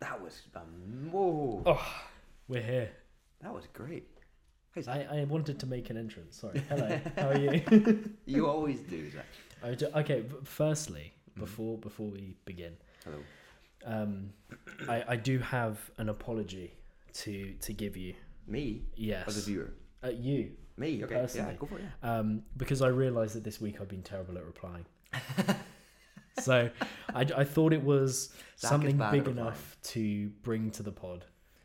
That was um, whoa. Oh, we're here. That was great. Hey, Zach, I, I wanted to make an entrance. Sorry. Hello. How are you? you always do that. I ju- okay. b- Firstly, Mm-hmm. before before we begin, Hello. um, I, I do have an apology to to give you. Me Yes. or the viewer? Uh, you. Me. Okay. Personally. Yeah. Go for it. Yeah. Um, because I realised that this week I've been terrible at replying. so I, I thought it was Zach is something bad at big replying. enough to bring to the pod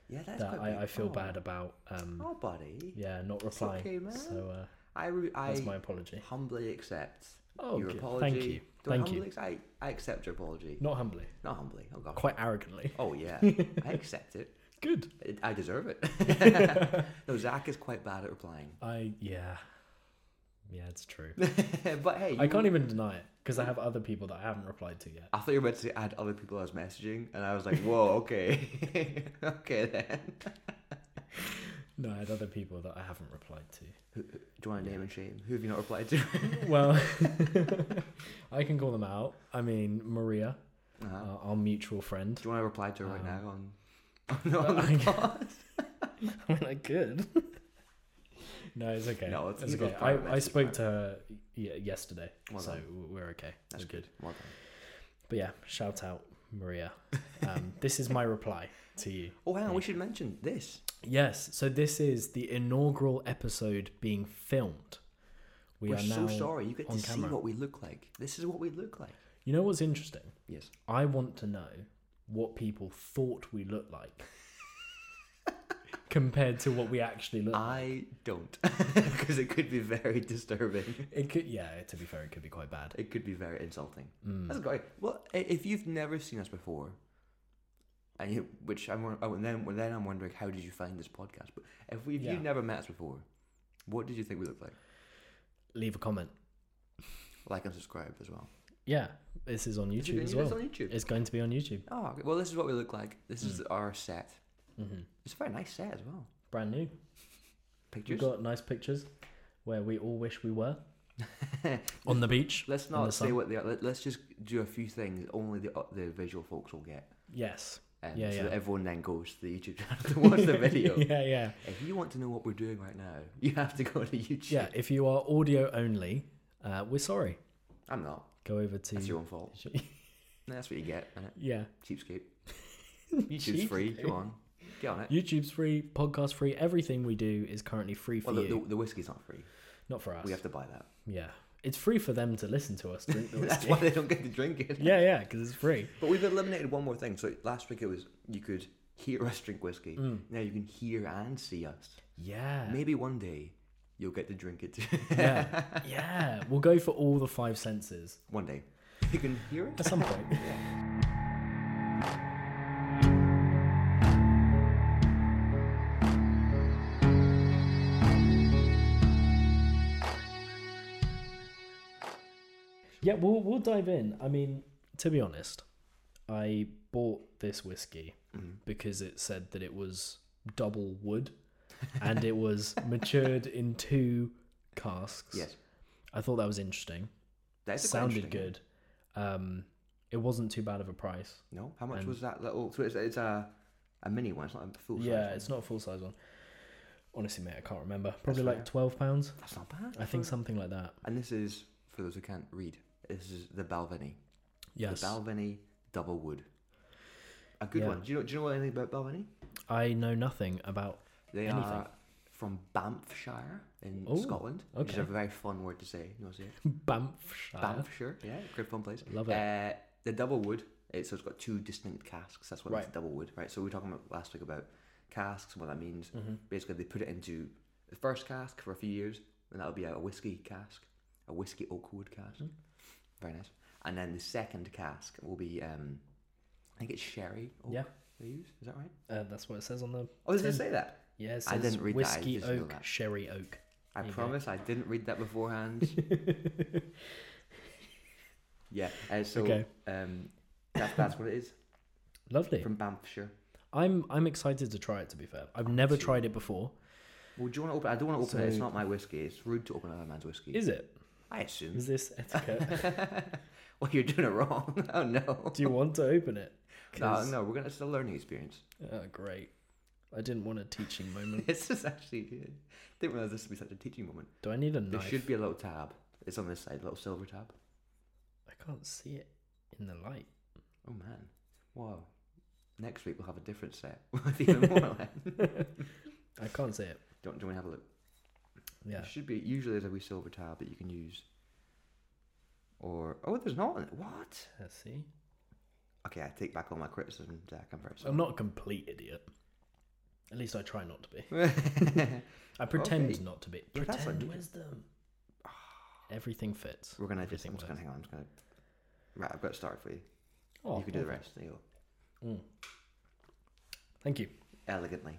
Yeah, that's that quite I, I big. feel Oh. bad about. Um, Oh, buddy. yeah, not replying. okay, man. So uh, I re- I that's my apology. humbly accept Oh, your good. Thank apology. you. Do I Thank humbly you. ac- I, I accept your apology. Not humbly, Not humbly. Oh God. quite arrogantly. Oh yeah. I accept it. Good. It- I deserve it. no, Zach is quite bad at replying. I yeah, yeah, it's true. but hey, I you- can't e- even deny it because I have other people that I haven't replied to yet. I thought you were about to say add other people I was messaging, and I was like, whoa, okay, okay then. No, I had other people that I haven't replied to. Do you want to name and shame? Who have you not replied to? Well, I can call them out. I mean, Maria, Uh-huh. our, our mutual friend. Do you want to reply to her right Uh-huh. now on? Oh, Uh, no, I I mean, I could. no, it's okay. No, it's- it goes okay. private, I, I it's private. spoke to her y- yesterday, Well so done. w- we're okay. that's we're good. Well done. But yeah, shout out Maria. Um, this is my reply to you. Oh, hang on, we should mention this. Yes, so this is the inaugural episode being filmed. We We're are so now sorry. You get to on see camera. what we look like. This is what we look like. You know what's interesting? Yes. I want to know what people thought we looked like compared to what we actually look. I don't, because it could be very disturbing. It could, yeah. To be fair, it could be quite bad. It could be very insulting. Hmm. That's great. Well, i- if you've never seen us before, and you, which I'm, won- oh, and then well, then I'm wondering how did you find this podcast? But if we, if Yeah. you've never met us before, what did you think we looked like? Leave a comment. Like and subscribe as well. Yeah, this is on Is it YouTube gonna as be- it's well. on YouTube. It's going to be on YouTube. Oh, okay. well, this is what we look like. This is our set. hmm It's a very nice set as well. Brand new. Pictures. We've got nice pictures where we all wish we were on the beach. Let's in the not say sun. what they are. Let, let's just do a few things only the uh, the visual folks will get. Yes. Um, Yeah, so yeah. that everyone then goes to the YouTube channel to watch the video. yeah, yeah. If you want to know what we're doing right now, you have to go to YouTube. Yeah, if you are audio only, uh, we're sorry. I'm not. Go over to. That's your own fault. That's what you get. innit? yeah. Cheapskate. YouTube's free. Go on. Get on it. YouTube's free, podcast free. Everything we do is currently free for Well, the, you, the, the whiskey's not free. not for us. We have to buy that. Yeah, it's free for them to listen to us drink the That's whiskey. why they don't get to drink it. yeah, yeah, because it's free. But we've eliminated one more thing. So last week it was you could hear us drink whiskey. Now you can hear and see us. Mm. Yeah, Maybe one day you'll get to drink it. yeah, yeah. We'll go for all the five senses one day. You can hear it. at some point. Yeah, we'll we'll dive in. I mean, to be honest, I bought this whiskey because it said that it was double wood, and it was matured in two casks. Yes. I thought that was interesting. That's quite Sounded interesting. good. Um, it wasn't too bad of a price. No? How much was that little? So it's, it's a, a mini one. It's not a full size yeah, one. it's not a full size one. Honestly, mate, I can't remember. Probably like twelve pounds. That's not bad. I think something like that. And this is, for those who can't read, this is the Balvenie. Yes, The Balvenie Double Wood. A good Yeah. one. Do you know, do you know anything about Balvenie? I know nothing about. They Anything. are from Banffshire in Oh, Scotland, which is a okay. very fun word to say. You want to say it? Banffshire. Banffshire. Yeah, great fun place. Love it. Uh, the double wood. It's, so it's got two distinct casks. That's what it's Right. double wood, right? So we were talking about last week about casks and what that means. Mm-hmm. Basically, they put it into the first cask for a few years, and that'll be a whiskey cask, a whiskey oak wood cask. Mm. Very nice. And then the second cask will be, um, I think it's sherry. Oak Yeah. They use is that right? Uh, that's what it says on the. Oh, does it tin. say that? Yeah, it says I didn't read that, I whiskey just know oak, that. sherry oak. I There you go. promise I didn't read that beforehand. yeah, uh, so Okay. um, that, that's what it is Lovely. from Banffshire. I'm I'm excited to try it. To be fair, I've never tried it before. Well, do you want to open? I don't want to open it. It's So- not my whiskey. It's rude to open another man's whiskey. Is it? I assume. Is this etiquette? well, you're doing it wrong. oh no. Do you want to open it? No, 'cause- no, we're gonna. It's a learning experience. Oh, great. I didn't want a teaching moment. This is actually. Didn't realize this would be such a teaching moment. Do I need a There knife? should be a little tab. It's on this side, a little silver tab. I can't see it in the light. Oh man, wow. Next week we'll have a different set with even more. lens. I can't see it. Don't do you want to have a look? Yeah. It should be usually there's a wee silver tab that you can use. Or oh, there's not. What? I Uh, see. Okay, I take back all my criticism, Zach. I'm very I'm not a complete idiot. At least I try not to be. Um, sorry. I pretend Okay. not to be. Yeah, that's Pretend unusual. wisdom. Ah. Everything fits. we're gonna just. Everything I'm just gonna works. hang on. I'm just gonna. Right, I've got to start for you. Oh, you can do the okay. rest. There you go. Mm. Thank you. Elegantly.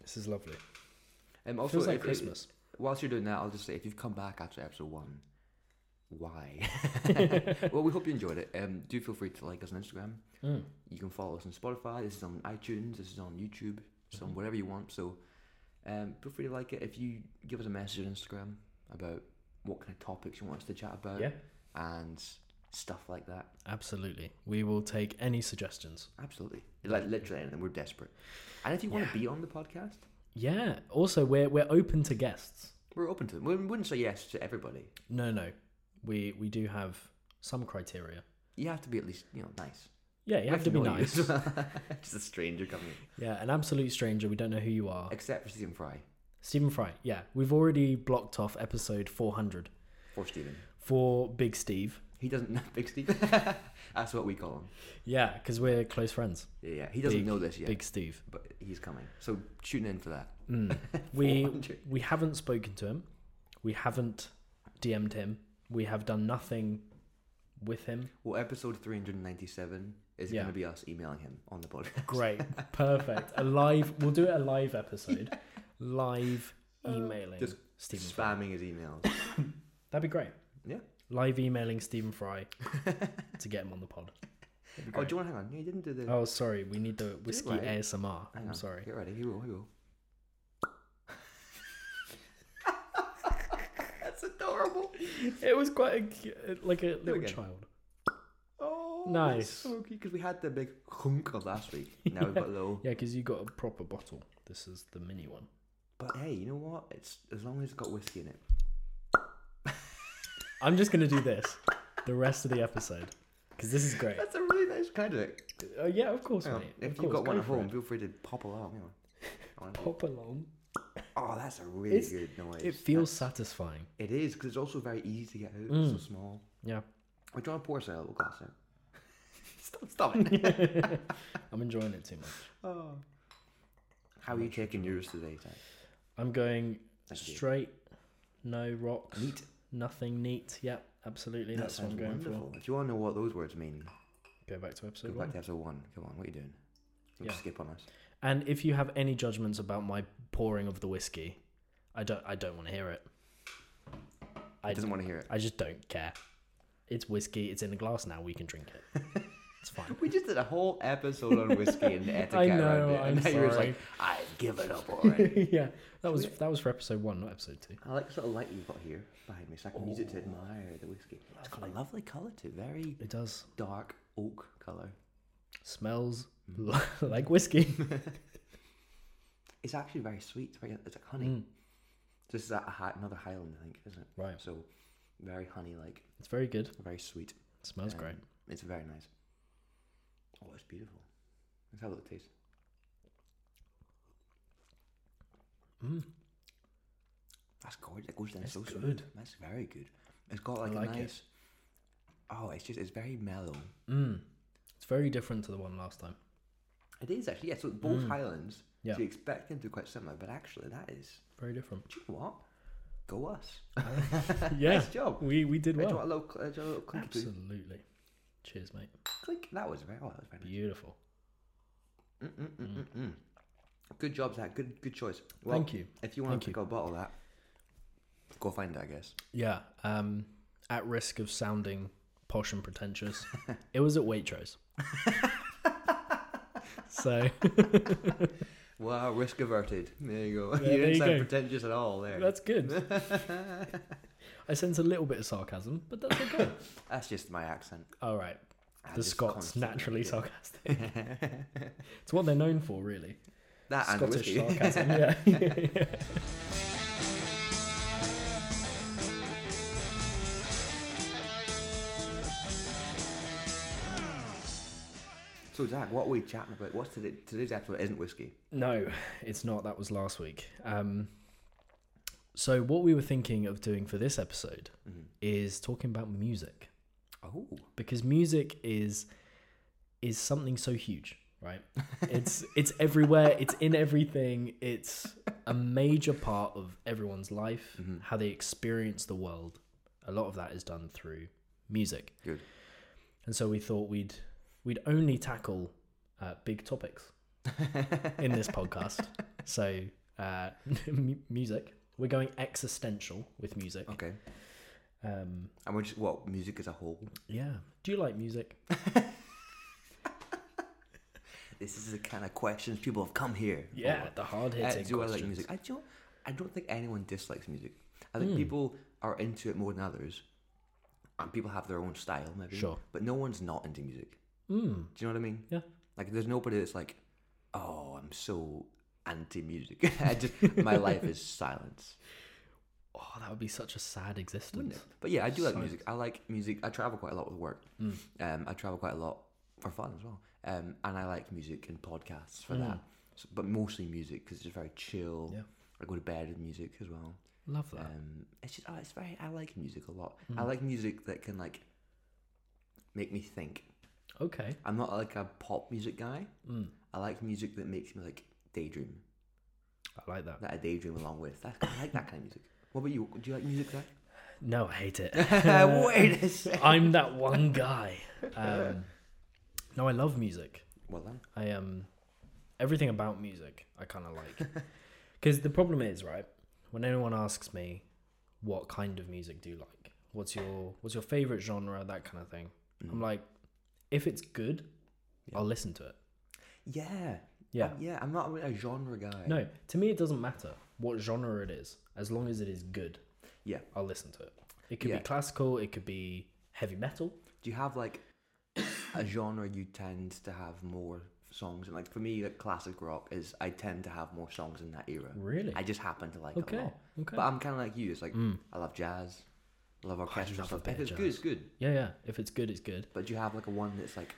This is lovely. Um, also, Feels like if- if- Christmas. whilst you're doing that, I'll just say if you've come back after episode one, why? well, we hope you enjoyed it. Um, do feel free to like us on Instagram. Mm. You can follow us on Spotify. This is on iTunes. This is on YouTube. It's Mhm. on whatever you want. So um, feel free to like it. If you give us a message on Instagram about what kind of topics you want us to chat about Yeah, and stuff like that. absolutely. We will take any suggestions. Absolutely. Like literally anything. We're desperate. And if you want Yeah. to be on the podcast, Yeah. Also, we're we're open to guests. we're open to them. We wouldn't say yes to everybody. No, no. We we do have some criteria. You have to be at least, you know, nice. Yeah, you We have, to be know you. nice. Just a stranger coming in. yeah, an absolute stranger. We don't know who you are. Except for Stephen Fry. Stephen Fry. Yeah, we've already blocked off episode 400 For Stephen. for Big Steve. He doesn't know Big Steve. That's what we call him. Yeah, because we're close friends. Yeah, yeah. He doesn't Big- know this yet, Big Steve. but he's coming. So tune in for that. Mm. we 400. we haven't spoken to him. We haven't DM'd him. We have done nothing with him. Well, episode 397 is Yeah. going to be us emailing him on the podcast. Great. Perfect. A live we'll do it a live episode. Live emailing Uh, Just Stephen Fry. Spamming his emails. That'd be great. Yeah. Live emailing Stephen Fry to get him on the pod. That'd be oh, great. do you want to hang on? Yeah, you didn't do the. Oh, sorry. We need the whiskey right. ASMR. hang I'm on. sorry. Get ready. Here we go. Here we go. That's adorable. It was quite a, cu- like a little we go. child. Oh, Nice. Because we had the big hunk of last week. Now we've got a little. Yeah, because you got a proper bottle. This is the mini one. But hey, you know what? It's as long as it's got whiskey in it. I'm just gonna do this the rest of the episode because this is great. That's a really nice kind of it. Uh, yeah, of course, Hang on, mate. If of you've course, got one go at for home, it. feel free to pop along. Hang on. I wanna do- pop along. Oh, that's a really It's- good noise. It feels Mm. satisfying. It is because it's also very easy to get out. It's so small. Yeah, We're trying to pour us a little glass out. stop, stop it. I'm enjoying it too much. oh. How are you taking yours today, Ty? I'm going Thank you. straight, no rocks, Neat. nothing neat. Yeah, absolutely. That that's what sounds I'm going wonderful. If you want to know what those words mean, for. Go back to episode go one. back to episode one. Come on, what are you doing? Don't Yeah. skip on us. And if you have any judgments about my pouring of the whiskey, I don't. I don't want to hear it. I I doesn't want to hear it. I just don't care. It's whiskey. It's in a glass now. We can drink it. It's fine. We just did a whole episode on whiskey and etiquette around know, it, and I'm now you're just like, sorry. I've given up already. yeah, that was that was for episode one, not episode two. I like the sort of light you've got here behind me, so I can use it Oh. to admire the whiskey. It's got a lovely colour too, very It does dark oak colour. smells Mm. li- like whiskey. It's actually very sweet. It's, very, it's like honey. Mm, This is a, a, hi- another Highland, I think, isn't it? right, So very honey like, it's very good. very sweet. It smells Um, great. It's very nice. Oh, it's beautiful. Let's have a look at it tastes. Mm. That's gorgeous. It goes down It's so smooth. good. That's very good. It's got like, like a it. nice. Oh, it's just it's very mellow. Mm. It's very different to the one last time. It is actually yeah. So both Highlands, Mm. Yeah. so you expect them to be quite similar, but actually that is. Very different. Do you know what? Go us. yeah, Nice job. we we did Do you well. want a little, cl- uh, do you want a little clinky to- Absolutely. Cheers, mate. Click. That was very. Oh, that was very nice. Beautiful. Mm-mm-mm-mm-mm. Good job, Zach. Good, good choice. Well, Thank you. If you want Thank to pick up a bottle of that, go find it. I guess. Yeah. Um, at risk of sounding posh and pretentious, it was at Waitrose. so Wow, risk averted. There you go. Yeah, you there didn't you sound go. pretentious at all there. that's good. I sense a little bit of sarcasm, but that's okay. That's just my accent. All right. I The just Scots, constantly naturally do it. sarcastic. It's what they're known for, really. that Ah, and Scottish whiskey. sarcasm. Yeah. yeah. So Zach, what are we chatting about? What's today, today's episode? Isn't whiskey? No, it's not. That was last week. Um, so what we were thinking of doing for this episode Mhm. is talking about music Oh, because music is is something so huge, right? It's it's everywhere. It's in everything. It's a major part of everyone's life, Mhm. how they experience the world. A lot of that is done through music. Good. And so we thought we'd we'd only tackle uh, big topics in this podcast. So, uh, mu- music. We're going existential with music. okay. Um, And we're just what music as a whole. yeah. Do you like music? Oh. This is the kind of questions people have come here. Yeah, for. the hard Uh, hitting. do I like music? I don't. I don't think anyone dislikes music. I Hmm. think people are into it more than others, and people have their own style, maybe. Sure. But no one's not into music. Mm, Do you know what I mean? Yeah. Like, there's nobody that's like, oh, I'm so anti music. I just my life is silence. oh, that would be such a sad wouldn't existence. it? But yeah, I do like Science. music. I like music. I travel quite a lot with work. Hmm. Um, I travel quite a lot for fun as well. Um, and I like music and podcasts for that. So, but mostly music because it's just very chill. Hmm. Yeah. I go to bed with music as well. Love that. Hmm. Um, it's just oh, it's very. I like music a lot. I like music that can like make me think. Okay. I'm not like a pop music guy. Mm, I like music that makes me like daydream. I like that. That I daydream along with. That, I like that kind of music. What about you? Do you like music that? No, I hate it. Wait a second. I'm that one guy. Um, no, I love music. Well then. I um everything about music I kind of like. Cuz the problem is, right? When anyone asks me what kind of music do you like? What's your what's your favorite genre, that kind of thing. I'm like if it's good, I'll listen to it. Yeah. Yeah. Uh, yeah, I'm not really a genre guy. No, to me it doesn't matter what genre it is. As long as it is good, Yeah. I'll listen to it. It could Yeah. be classical, it could be heavy metal. Do you have like a genre you tend to have more songs in? Like for me, like classic rock is I tend to have more songs in that era. Really? I just happen to like it a okay. lot. Okay. But I'm kind of like you. It's like Mm. I love jazz, I love orchestral Oh, love a stuff. bit If of it's good, it's good. yeah, yeah. If it's good, it's good. But do you have like a one that's like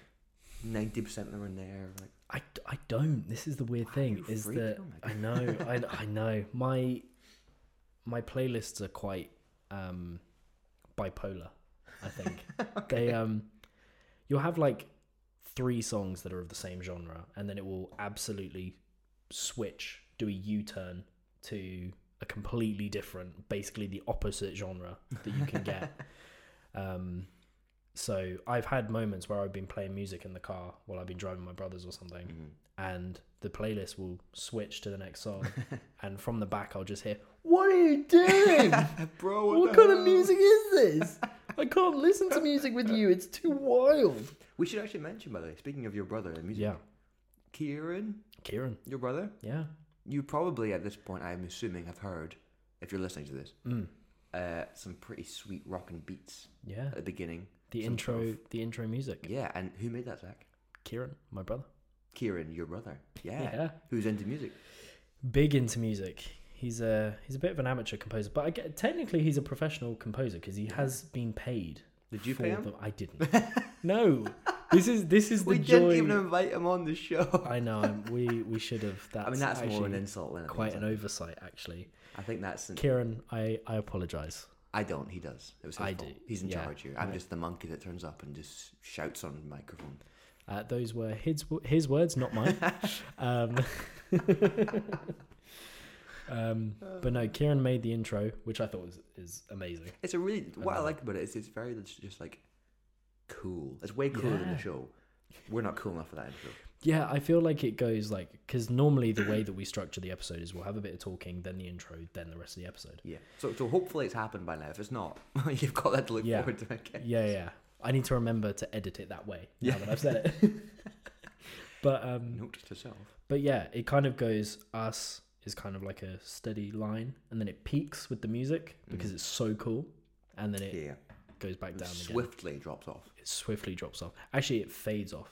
ninety percent there and there? Like I, d- I don't. This is the weird thing you is freak, that oh my I know I, I know my my playlists are quite um bipolar. I think they um you'll have like three songs that are of the same genre, and then it will absolutely switch, do a U turn to a completely different, basically the opposite genre that you can get. um, so I've had moments where I've been playing music in the car while I've been driving my brothers or something, and the playlist will switch to the next song, and from the back I'll just hear, "What are you doing? bro, what kind of music is this? I can't listen to music with you. It's too wild." We should actually mention by the way. Speaking of your brother and music, Yeah, Kieran, Kieran. your brother. Yeah, You probably at this point, I'm assuming, have heard, if you're listening to this, Mm, uh, some pretty sweet rockin' beats yeah. at the beginning. The Some intro, sort of- the intro music. yeah, and who made that, Zach? Kieran, my brother. Kieran, your brother. Yeah. Yeah. Who's into music. big into music. He's a he's a bit of an amateur composer, but I get, technically he's a professional composer because he has been paid. Did you pay him? I didn't. no, this is this is the We joy. didn't even invite him on the show. I know I'm- we we should have. That's I mean, that's more an actually insult than anything, quite isn't an it? oversight, actually. I think that's. An, Kieran, I I apologize. I don't. He does. It was his I fault. do, He's in yeah, charge here. I'm just the monkey that turns up and just shouts on the microphone. Uh, those were his w- his words, not mine. um, um, but no, Kieran made the intro, which I thought was is amazing. It's a really what I know. like about it is it's very it's just like cool. It's way cooler than Yeah. the show. We're not cool enough for that intro. Yeah, I feel like it goes like because normally the way that we structure the episode is we'll have a bit of talking, then the intro, then the rest of the episode. Yeah. So so hopefully it's happened by now. If it's not, you've got that to look Yeah. forward to. Okay. Yeah, yeah. I need to remember to edit it that way now Yeah. that I've said it. but um, Note to self. but yeah, it kind of goes us is kind of like a steady line, and then it peaks with the music because it's so cool, and then it Mm. Yeah. goes back down again. Swiftly drops off. It swiftly drops off. Actually, it fades off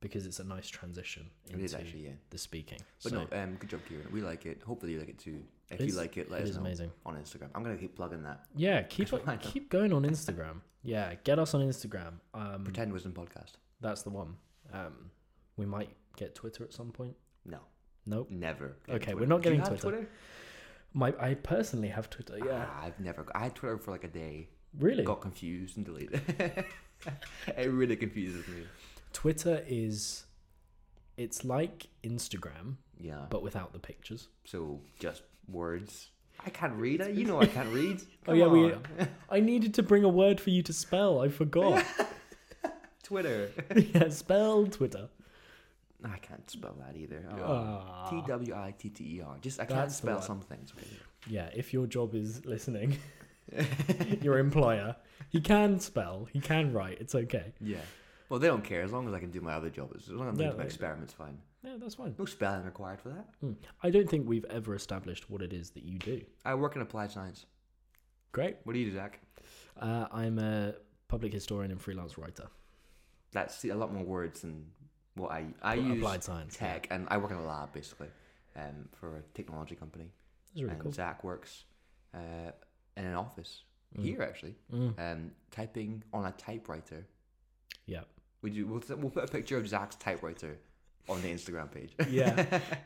because it's a nice transition It is into actually, yeah. the speaking. But so, no, um, good job, Kieran. We like it. Hopefully, you like it too. If you It's- like it, let it us is know amazing. on Instagram. I'm gonna keep plugging that. yeah, keep Why not? keep going on Instagram. yeah, get us on Instagram. Um, Pretend Wisdom podcast. that's the one. Um, we might get Twitter at some point. No, Nope. never. Okay, Twitter. we're not Do getting you have Twitter. My I personally have Twitter. Yeah, Ah, I've never. Got, I had Twitter for like a day. really. Got confused and deleted. it It really confuses me. Twitter is, it's like Instagram Yeah. but without the pictures. so just words. I can't read. You know I can't read. Oh, yeah, Come we- on. I needed to bring a word for you to spell. I forgot. Twitter. yeah, spell Twitter. I can't spell that either. Oh. Ah. T W I T T E R. Just I can't That's the spell one. some things. really. Yeah, if your job is listening, your employer, he can spell, he can write. It's okay. Yeah. Well, they don't care as long as I can do my other job. As long as I'm Yeah, doing my they- experiments, fine. Yeah, that's fine. No spelling required for that. Hmm. I don't think we've ever established what it is that you do. I work in applied science. Great. What do you do, Zach? Uh, I'm a public historian and freelance writer. That's see, a lot more words than what I I Well, use applied science. yeah. tech, and I work in a lab basically um, for a technology company. That's really and cool. Zach works uh, in an office Mm. here actually, Mm. um, typing on a typewriter. Yeah. We do. We'll, we'll put a picture of Zach's typewriter on the Instagram page, Yeah.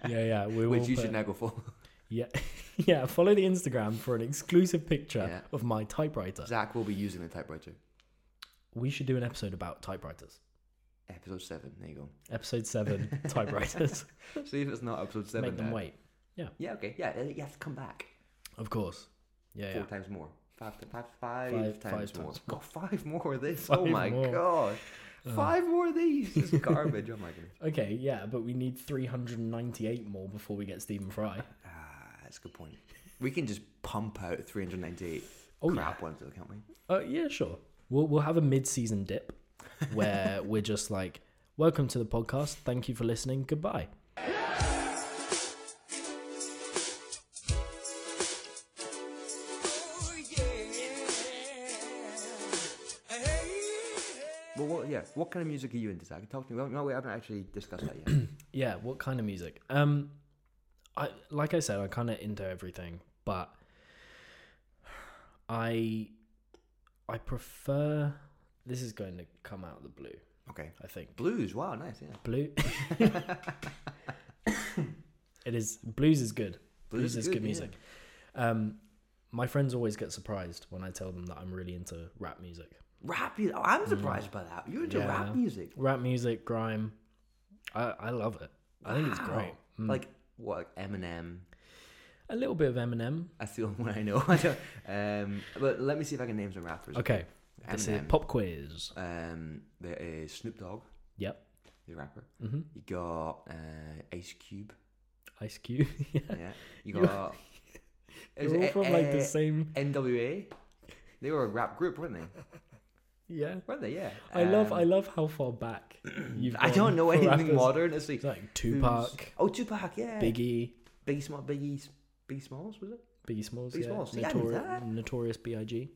Yeah, yeah. We will which you put- should now go follow. Yeah. yeah, follow the Instagram for an exclusive picture Yeah. of my typewriter. Zach will be using the typewriter. We should do an episode about typewriters. Episode seven. There you Episode 7 typewriters. go. See if it's not episode seven. Make them Dad. wait. Yeah. Okay. Yeah. uh, You have to come back. Of course. Yeah, Four yeah. times more. Five, ti- five, five, Five- times five more. times God, five more of this. oh Five my more. god. Ugh. Five more of these. This is garbage. oh my goodness. Okay, yeah, but we need 398 more before we get Stephen Fry. Ah, that's a good point. We can just pump out 398 Oh, crap ones, though, can't we? Uh, yeah, sure. We'll, we'll have a mid season dip where we're just like, welcome to the podcast. Thank you for listening. Goodbye. Oh yeah. Hey. Well, what, yeah. What kind of music are you into, Zach? Talk to me. Well, no, we haven't actually discussed that yet. Yeah, what kind of music? Um, I like I said, I kind of into everything, but I I prefer. This is going to come out of the blue, okay. I think. Blues. Wow, nice. Yeah. Blue. it is blues is good. Blues, is good, yeah. music. Um, my friends always get surprised when I tell them that I'm really into rap music. Rap music. Oh, I'm surprised by that. You're into Mm. Yeah. rap music. Rap music, grime. I, I love it. I think it's Wow. great. Mm. Like what? Eminem. A little bit of Eminem. That's the only one I know. I don't- um, but let me see if I can name some rappers. Okay, this is Eminem. pop quiz. Um, there is Snoop Dogg, Yep. the rapper. hmm You got uh, Ice Cube. Ice Cube. yeah. Yeah. You You- got. They're all from like eh, the same. NWA. They were a rap group, weren't they? Yeah. Weren't they? Yeah. I love Um, I love how far back you've. I gone don't know for anything rappers. modern. It's like, It's like Tupac, who's- Oh, Tupac. Yeah. Biggie, Biggie Small. Biggie. Biggie Smalls was it? Biggie Smalls, Biggie yeah. Smalls, yeah, I knew Notori- that. Notorious B.I.G.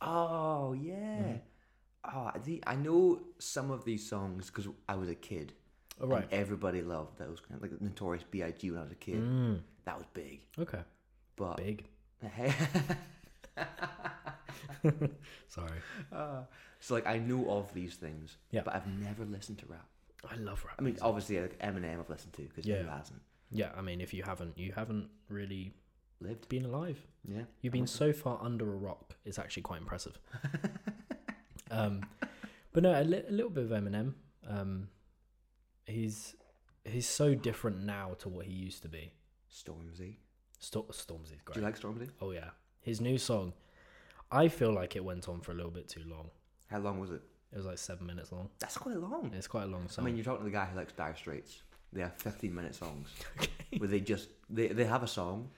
Oh yeah. Mm-hmm. Oh, the, I know some of these songs because I was a kid. All and right. everybody loved those kind of, like Notorious B.I.G. when I was a kid. Mm-hmm. That was big. Mm. Okay. But Big. Uh, Sorry. so like I know of these things, Yeah. but I've never listened to rap. I love rap. I mean, obviously like Eminem I've listened to because who Yeah. hasn't yeah, I mean, if you haven't, you haven't really lived? been alive. Yeah. You've been so far under a rock. It's actually quite impressive. um, but no, a, li- a little bit of Eminem. Um, he's he's so different now to what he used to be. Stormzy. Sto- Stormzy's Do you great. like Stormzy? oh yeah, his new song. I feel like it went on for a little bit too long. How long was it? It was like seven minutes long. That's quite long. It's quite a long I song. mean, you're talking to the guy who likes Dire Straits. They have 15 minute songs where they just they, they have a song,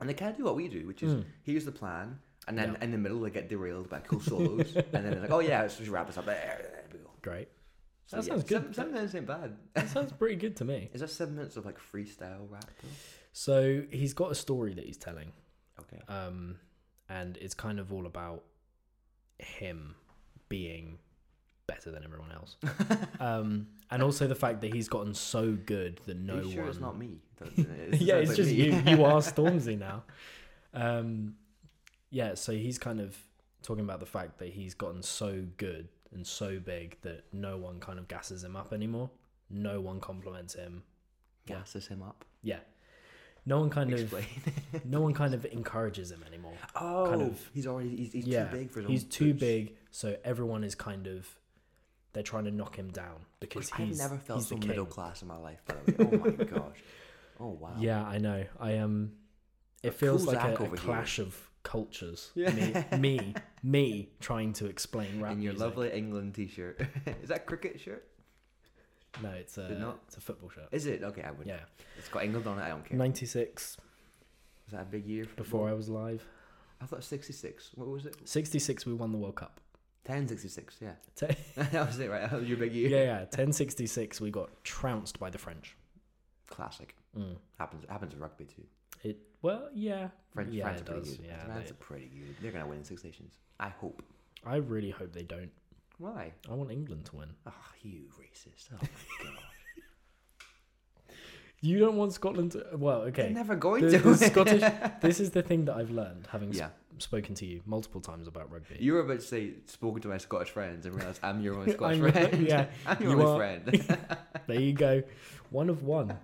and they kind of do what we do, which is here's the plan, and then Hmm. Yeah. in the middle they get derailed by cool solos, and then they're like, oh yeah, let's just wrap this up. There we go. great. So, That yeah, sounds good. Seven, seven minutes ain't bad. That sounds pretty good to me. Is that seven minutes of like freestyle rap? Though? So he's got a story that he's telling. Okay. um, and it's kind of all about him being better than everyone else. um, and also the fact that he's gotten so good that no Are you sure one. it's not me? Don't- yeah, sounds it's like just me. you. You are Stormzy now. Um, yeah, so he's kind of talking about the fact that he's gotten so good and so big that no one kind of gasses him up anymore. No one compliments him. Gasses him up. Yeah, no one kind of Explain. no one kind of encourages him anymore. oh, of- he's already he's, he's yeah, too big for his he's own too boots. big, so everyone is kind of they're trying to knock him down because I've he's never felt he's the so king. middle class in my life. By the way, oh my gosh, oh wow. Yeah, I know. I am. Um, it Cool feels Zach like a, a over here. clash of cultures. Yeah. Me, me, me trying to explain rap in your music. lovely England T-shirt. Is that cricket shirt? No, it's Did a not- it's a football shirt. Is it? Okay, I would. Yeah, It's got England on it. I don't care. ninety six Was that a big year? for before I football? was live. I thought sixty-six. What was it? Sixty six, we won the World Cup. Ten sixty-six. Yeah, Te- that was it, right? That was your big year. yeah, yeah. Ten sixty six, we got trounced by the French. Classic. Mm. Happens. Happens in rugby too. It well, yeah, France, yeah, France it are pretty does. good. Yeah, France they- are pretty good. They're gonna win Six Nations. I hope. I really hope they don't. Why? I want England to win. Oh, you racist. Oh my god. You don't want Scotland to. Well, They're okay. never going The, to. the Scottish. This is the thing that I've learned, having s- Yeah. spoken to you multiple times about rugby. You were about to say spoken to my Scottish friends and realised I'm your only Scottish I'm- friend. yeah, I'm your you only are. friend. there you go, one of one.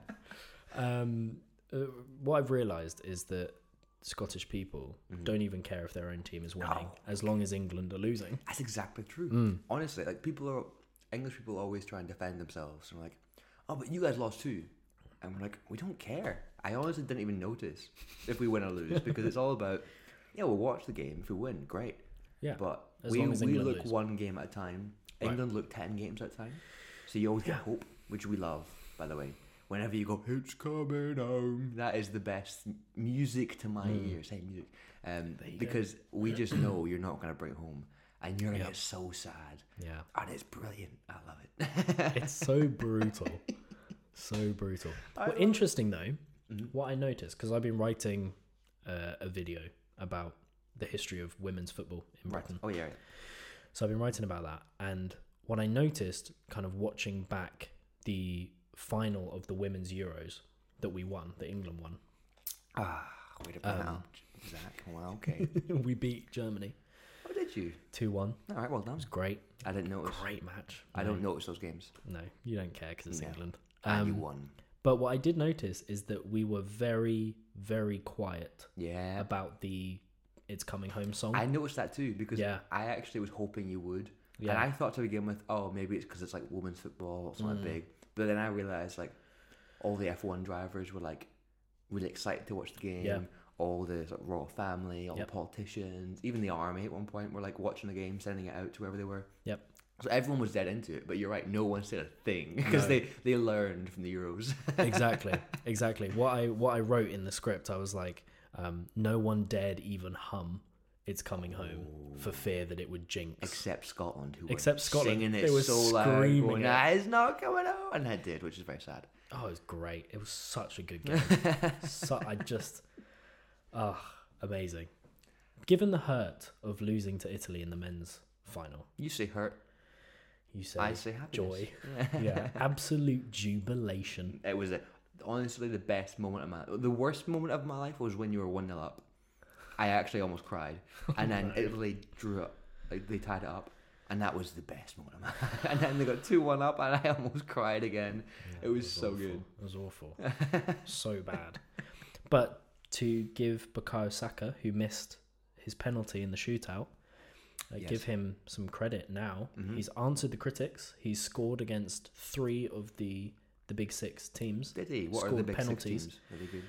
Um, uh, what I've realised is that Scottish people Mm-hmm. don't even care if their own team is winning, Oh. as long as England are losing. That's exactly true. Mm. Honestly, like people are English people always try and defend themselves and we're like, Oh, but you guys lost too and we're like, We don't care. I honestly didn't even notice if we win or lose because it's all about yeah, we'll watch the game. If we win, great. Yeah, But as we, long as we England look lose. one game at a time. Right. England look ten games at a time. So you always get hope, which we love, by the way. Whenever you go, it's coming home. That is the best music to my ears. Hey, music, um, Hmm. you go. because we just know you're not gonna bring it home, and you're gonna get so sad. yeah, And it's brilliant. I love it. it's so brutal, so brutal. Well, interesting though, Mm-hmm. what I noticed because I've been writing uh, a video about the history of women's football in right. Britain. Oh yeah. right. So I've been writing about that, and what I noticed, kind of watching back the final of the women's Euros that we won, that England won, Ah, wait a minute, um, Zach. Well, okay. we beat Germany oh, did you? two one. All right. Well done. Great, I didn't notice. great match. I don't notice those games. No, you don't care because it's No. England. and you Um, won. but what I did notice is that we were very, very quiet Yeah. about the "It's Coming Home" song. I noticed that too because Yeah. I actually was hoping you would, and Yeah. I thought to begin with, oh, maybe it's because it's like women's football, it's Mm. not that big. But then I realized like all the F one drivers were like really excited to watch the game. Yeah. All the sort of royal family, all Yep. the politicians, even the army at one point were like watching the game, sending it out to wherever they were. Yep. So everyone was dead into it. But you're right, no one said a thing because No. they they learned from the Euros. exactly exactly what i what i wrote in the script i was like um, no one dared even hum it's coming home for fear that it would jinx Except Scotland, who Except were Scotland. singing it They were so loud, screaming going, it. "Nah, it's not coming out," and it did, which is very sad. oh it was great it was such a good game so, i just ah amazing given the hurt of losing to italy in the men's final You say hurt, you say I say happiness. joy yeah absolute jubilation It was a, honestly the best moment of my. The worst moment of my life was when you were one 0 up. I actually almost cried, and then Italy drew up, like they tied it up, and that was the best moment of my. Life. And then they got two one up, and I almost cried again. it was, so awful. good. It was awful. so bad. But to give Bukayo Saka, who missed his penalty in the shootout, uh, Yes. Mm-hmm. give him some credit now. He's answered the critics. He's scored against three of the the big six teams. Did he? What are the Scored big penalties. six teams? Are they good?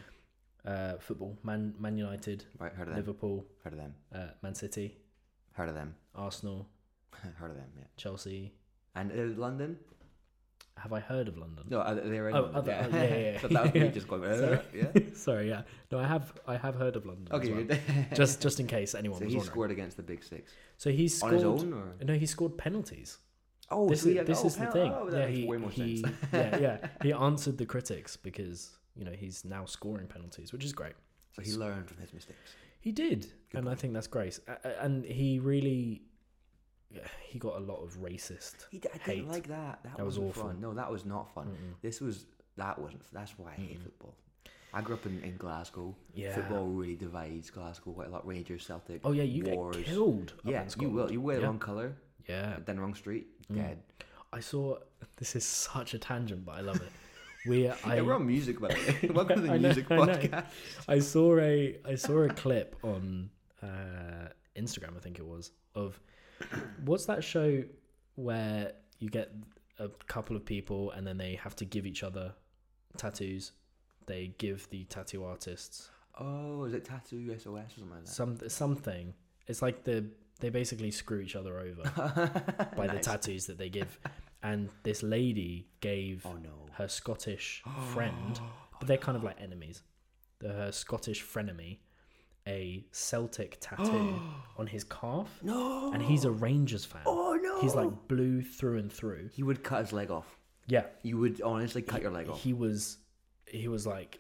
Uh, football, Man, Man United, Right, heard of them. Liverpool, Heard of them. uh, Man City, Heard of them. Arsenal, heard of them. Yeah. Chelsea. And uh, London? Have I heard of London? No, uh, they're in Oh, London. other- yeah. oh, yeah, yeah, so that would be yeah. just going. "Uh, Sorry. yeah. Sorry, yeah. No, I have I have heard of London. as Okay. well. good. just just in case anyone so was he wondering. scored against the big six. So he On scored. his own, or? No, he scored penalties. Oh, this so he is, had- this oh, is the penal- thing. Oh, that yeah, makes he, way more he- sense. yeah, yeah. He answered the critics because you know he's now scoring penalties, which is great. So he learned from his mistakes. He did, and I think that's great. A- a- And he really he got a lot of racist. He, d- I Hate. didn't like that. That, That was wasn't awful. fun. No, that was not fun. This was that wasn't. f- That's why I hate football. I grew up in, in Glasgow. Yeah. Football really divides Glasgow quite a lot. Rangers, Celtic. Oh yeah, you wars. get killed. up Yeah, in you will. Scotland. You wear the Yeah. wrong colour, Yeah, Mm. then wrong street, dead. I saw. This is such a tangent, but I love it. Where I Yeah, we're on music, by the way. Welcome to the I know, music I know. podcast. I saw a I saw a clip on uh, Instagram, I think it was, of what's that show where you get a couple of people and then they have to give each other tattoos. They give the tattoo artists Oh, is it Tattoo SOS or something like that? some something. It's like the they basically screw each other over by the tattoos that they give. And this lady gave Oh no. her Scottish friend, but they're kind of like enemies. The, her Scottish frenemy, a Celtic tattoo on his calf, No. and he's a Rangers fan. Oh no. He's like blue through and through. He would cut his leg off. Yeah, You would honestly cut your leg off. he was, he was like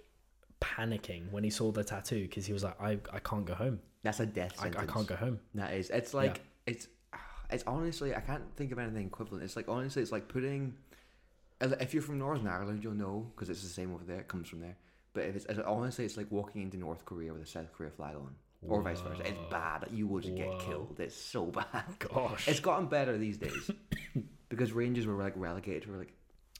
panicking when he saw the tattoo because he was like, I, I can't go home. That's a death I, sentence. I can't go home. That is. It's like it's. It's honestly, I can't think of anything equivalent. It's like honestly, it's like putting. If you're from Northern Ireland, you'll know because it's the same over there. It comes from there. But if it's it's- honestly, it's like walking into North Korea with a South Korea flag on, or vice versa. It's bad. You would get killed. It's so bad. Gosh. It's gotten better these days because Rangers were like relegated for like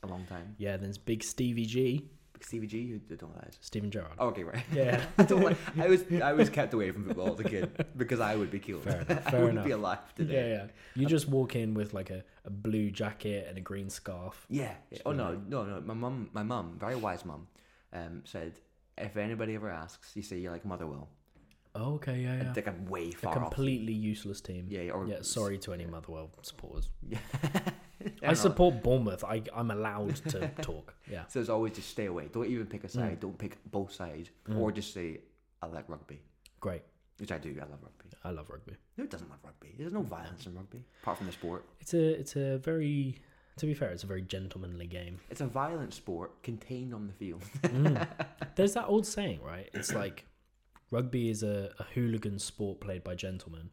a long time. Yeah, then there's Big Stevie G, Stevie G, you don't know what that is. Stephen Gerrard. Oh, okay, right. Yeah. I, don't like, I was I was kept away from football as a kid because I would be killed. Fair enough, I fair wouldn't enough. be alive yeah, today. yeah. You just walk in with like a, a blue jacket and a green scarf. Yeah. Oh no, no, no. My mum, my mum, very wise mum, um, said if anybody ever asks, you say you're like Motherwell. Oh, okay, yeah, yeah. I think I'm way a far off. completely useless team. Yeah, yeah, or- yeah. Sorry to any Motherwell supporters. They're I not- support Bournemouth. I, I'm allowed to talk. Yeah. So it's always just stay away. Don't even pick a Mm. side. Don't pick both sides, or just say I like rugby, Great. which I do. I love rugby. I love rugby. Who doesn't love rugby? There's no Mm. violence in rugby, apart from the sport. It's a it's a very to be fair, it's a very gentlemanly game. Mm. It's a violent sport contained on the field. There's that old saying, right? It's like rugby is a, a hooligan sport played by gentlemen,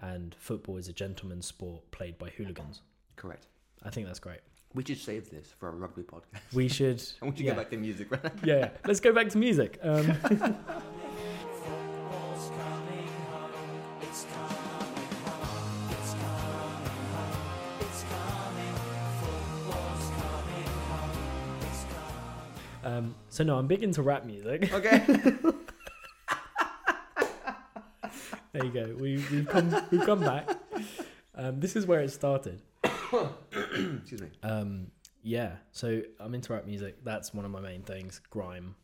and football is a gentleman's sport played by hooligans. Correct. I think that's great. We should save this for a rugby podcast. We should. I want you yeah, to get back to music right now. yeah, yeah. Let's go back to music. Um, Football's coming home. It's coming home. It's coming home. It's coming. Football's coming home. It's coming. um, so no, I'm big into rap music. Okay. There you go. We, we've come we've come back. Um, this is where it started. Excuse me. Um, yeah. So I'm into rap music. That's one of my main things. Grime.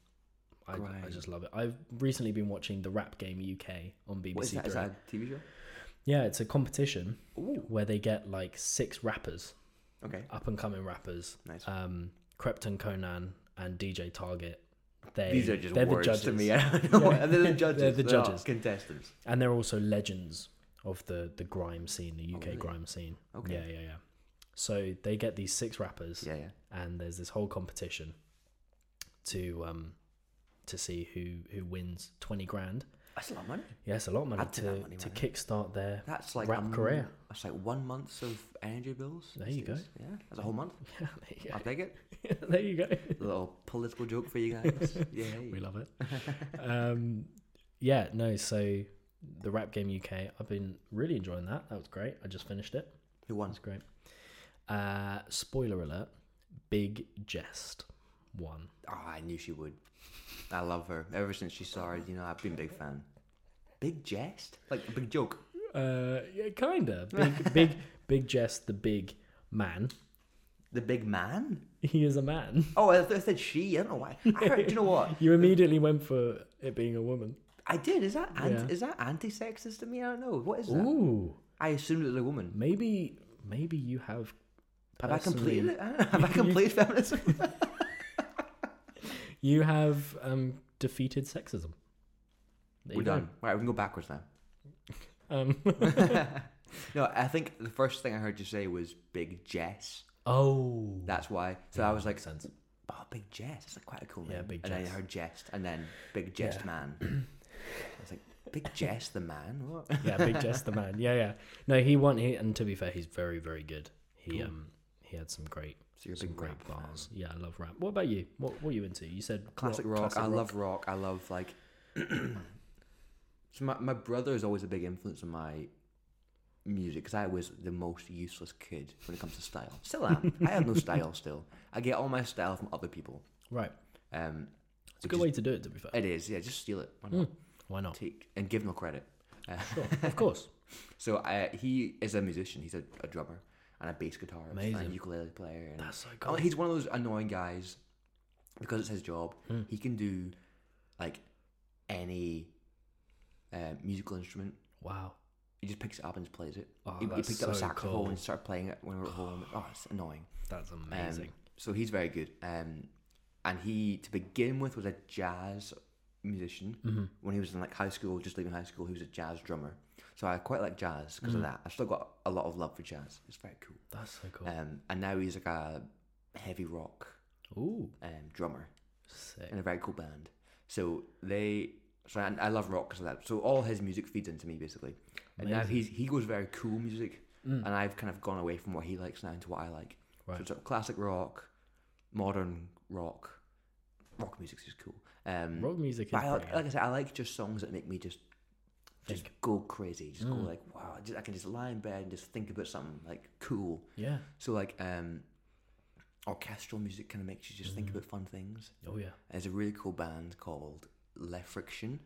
I, I Grime. just love it. I've recently been watching the Rap Game UK on BBC What is that? Is Three. that a TV show? Yeah, it's a competition Ooh. where they get like six rappers, Okay. up and coming rappers. Nice. Um, Crepton Conan and DJ Target. They, These are just they're words the judges, to me. I don't know. Yeah. They're the judges. They're the not judges. contestants. and they're also legends of the the grime scene, the UK Oh, really? grime scene. Okay. Yeah, yeah, yeah. So they get these six rappers, Yeah, yeah. and there's this whole competition to um to see who who wins twenty grand. That's a lot of money. Yes, a lot of money I'd to take that money, to man. kickstart their That's like Rap a m- career. That's like one month's of energy bills. There these you go. days. Yeah, that's a whole month. yeah, there you I'll take it. go. there you go. A little political joke for you guys. Yeah. We love it. um, yeah, no. So the Rap Game UK, I've been really enjoying that. That was great. I just finished it. Who won? That's great. Uh, spoiler alert: Big Jest won. Oh, I knew she would. I love her. Ever since she started, you know, I've been a big fan. Big jest? Like a big joke. Uh, yeah, kinda. Big, big, big Jest, the big man. The big man? He is a man. Oh, I, th- I said she. I don't know why. I heard, do you know what? You immediately went for it being a woman. I did. Is that anti- Yeah. is that anti-sexist to me? I don't know. What is that? Ooh, I assumed it was a woman. maybe, maybe you have. Have I completed personally- it? I don't know. Have I completed feminism? You have um, defeated sexism. We're There you go. done. Right, we can go backwards now. Um, No, I think the first thing I heard you say was Big Jess. oh, That's why. So I was like, makes sense. oh, Big Jess. That's like quite a cool name. Yeah, Big And then I Jess. heard Jest, and then Big Jest Yeah. Man. I was like, Big Jess, the man. What? yeah, Big Jess the man. Yeah, yeah. No, he won. He and to be fair, he's very, very good. He Cool. um he had some great So you're a some big great rap fan. bars. Yeah, I love rap. What about you? What what are you into? You said Classic rock. I love rock. I love like. so my my brother is always a big influence on my music because I was the most useless kid when it comes to style. Still am. I have no style. Still, I get all my style from other people. Right, Um, it's a good way to do it. To Hmm. be fair, It is. Yeah, just steal it. Why not? why not? Take and give no credit. Uh, Sure, of course. So uh, he is a musician. He's a, a drummer and a bass guitarist and Amazing. a ukulele player. And That's so Oh, cool. he's one of those annoying guys because it's his job. Hmm. He can do like any uh, musical instrument. Wow. He just picks it up and just plays it. Oh, he, he that's picked up a so saxophone cool. and started playing it when we were at home. Oh, it's annoying. That's Um, amazing. so he's very good. Um, and he, to begin with, was a jazz musician. Mm-hmm. When he was in like high school, just leaving high school, he was a jazz drummer. So I quite like jazz because Hmm. of that. I've still got a lot of love for jazz. It's very cool. That's so cool. Um, and now he's like a heavy rock Ooh, um, drummer sick. in a very cool band. So they, so I, I love rock because of that. So all his music feeds into me basically. And now Amazing. Mm. he's he goes very cool music, and I've kind of gone away from what he likes now into what I like. So Right. it's like classic rock, modern rock, rock music's just cool. Um, Rock music is but I, pretty like, like I said, I like just songs that make me just just Think. Mm. go crazy, just go like wow, I, just, I can just lie in bed and just think about something like cool. yeah. So like um, orchestral music kind of makes you just think about fun things. Oh yeah. There's a really cool band called Le Friction,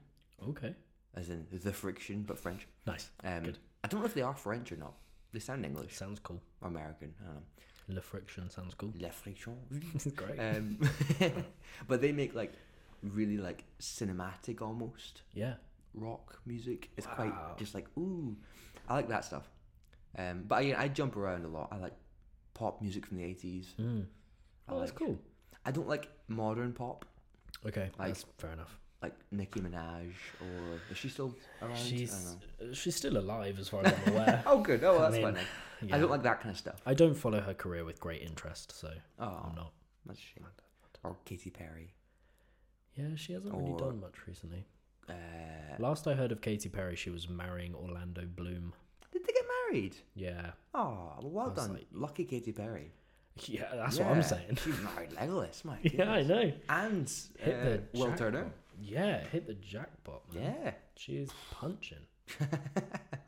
Okay. as in the friction, but French. Nice. Um, Good. I don't know if they are French or not. They sound English Sounds cool. or American. I don't know. Le friction sounds cool. Le Friction. Great. um, but they make like really like cinematic almost yeah. rock music. It's Wow. quite just like ooh, I like that stuff. Um, but again, I jump around a lot. I like pop music from the 80s. Mm. I Oh, that's like- cool. I don't like modern pop. Okay, Like- that's fair enough. Like Nicki Minaj, or is she still around? I don't She's know. uh, she's still alive as far as I'm aware. Oh, good. Oh, well, that's mean, fine. then. yeah. I don't like that kind of stuff. I don't follow her career with great interest, so Oh, I'm not. that's a shame. Or Katy Perry. Yeah, she hasn't really Or- done much recently. Uh, Last I heard of Katy Perry, she was marrying Orlando Bloom. did they get married? Yeah, Oh, well, well was done. like- Lucky Katy Perry. yeah, that's what I'm Yeah, saying. She married Legolas, my yeah, I goodness. know. And Hit uh, the Will jackpot. Turner. Yeah, hit the jackpot, man. Yeah. She is punching.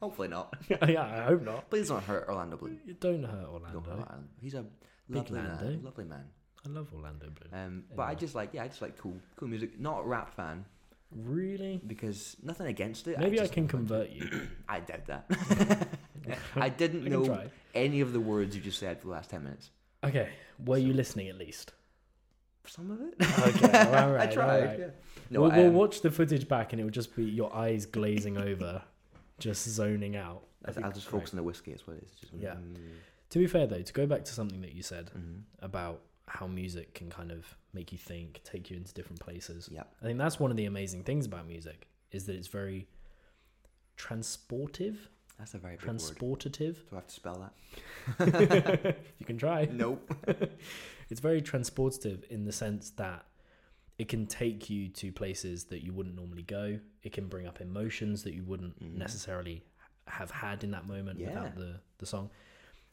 Hopefully not. yeah, I hope not. Please don't hurt Orlando Bloom. You don't hurt Don't Orlando. hurt him. He's a lovely Lando. man. Lovely man. I love Orlando Bloom. Um, but I just like, yeah, I just like cool, cool music. Not a rap fan really? because nothing against it. Maybe I, just can convert you. I doubt that. I didn't I can know try. any of the words you just said for the last 10 minutes. Okay, were you listening at least? Some of it? Okay, all right. I tried. all right. Yeah. we'll, we'll um, watch the footage back, and it will just be your eyes glazing over, just zoning out. I I'll think I'll just it's focus on the whiskey. That's what it is. It's just, Yeah. mm, great. To be fair, though, to go back to something that you said mhm. about how music can kind of make you think, take you into different places. Yeah. I think that's one of the amazing things about music is that it's very transportive, That's a very big word. transportative. Do I have to spell that? You can try. Nope. It's very transportative in the sense that it can take you to places that you wouldn't normally go. It can bring up emotions that you wouldn't necessarily have had in that moment Mm-hmm. Yeah. without the, the song.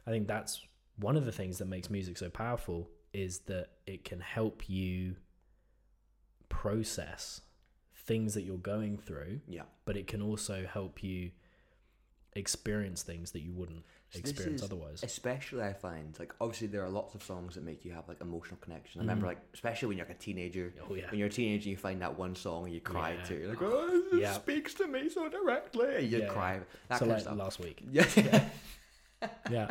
I think that's one of the things that makes music so powerful is that it can help you process things that you're going through, Yeah. but it can also help you experience things that you wouldn't So this experience is otherwise. Especially, I find like obviously there are lots of songs that make you have like emotional connection. I remember like especially when you're like a teenager. Mm-hmm. Oh, yeah. When you're a teenager, you find that one song and you cry Yeah. to. You're like, oh, this yeah. speaks to me so directly. You Yeah. cry. That so kind like of stuff. last week. yeah. Yeah.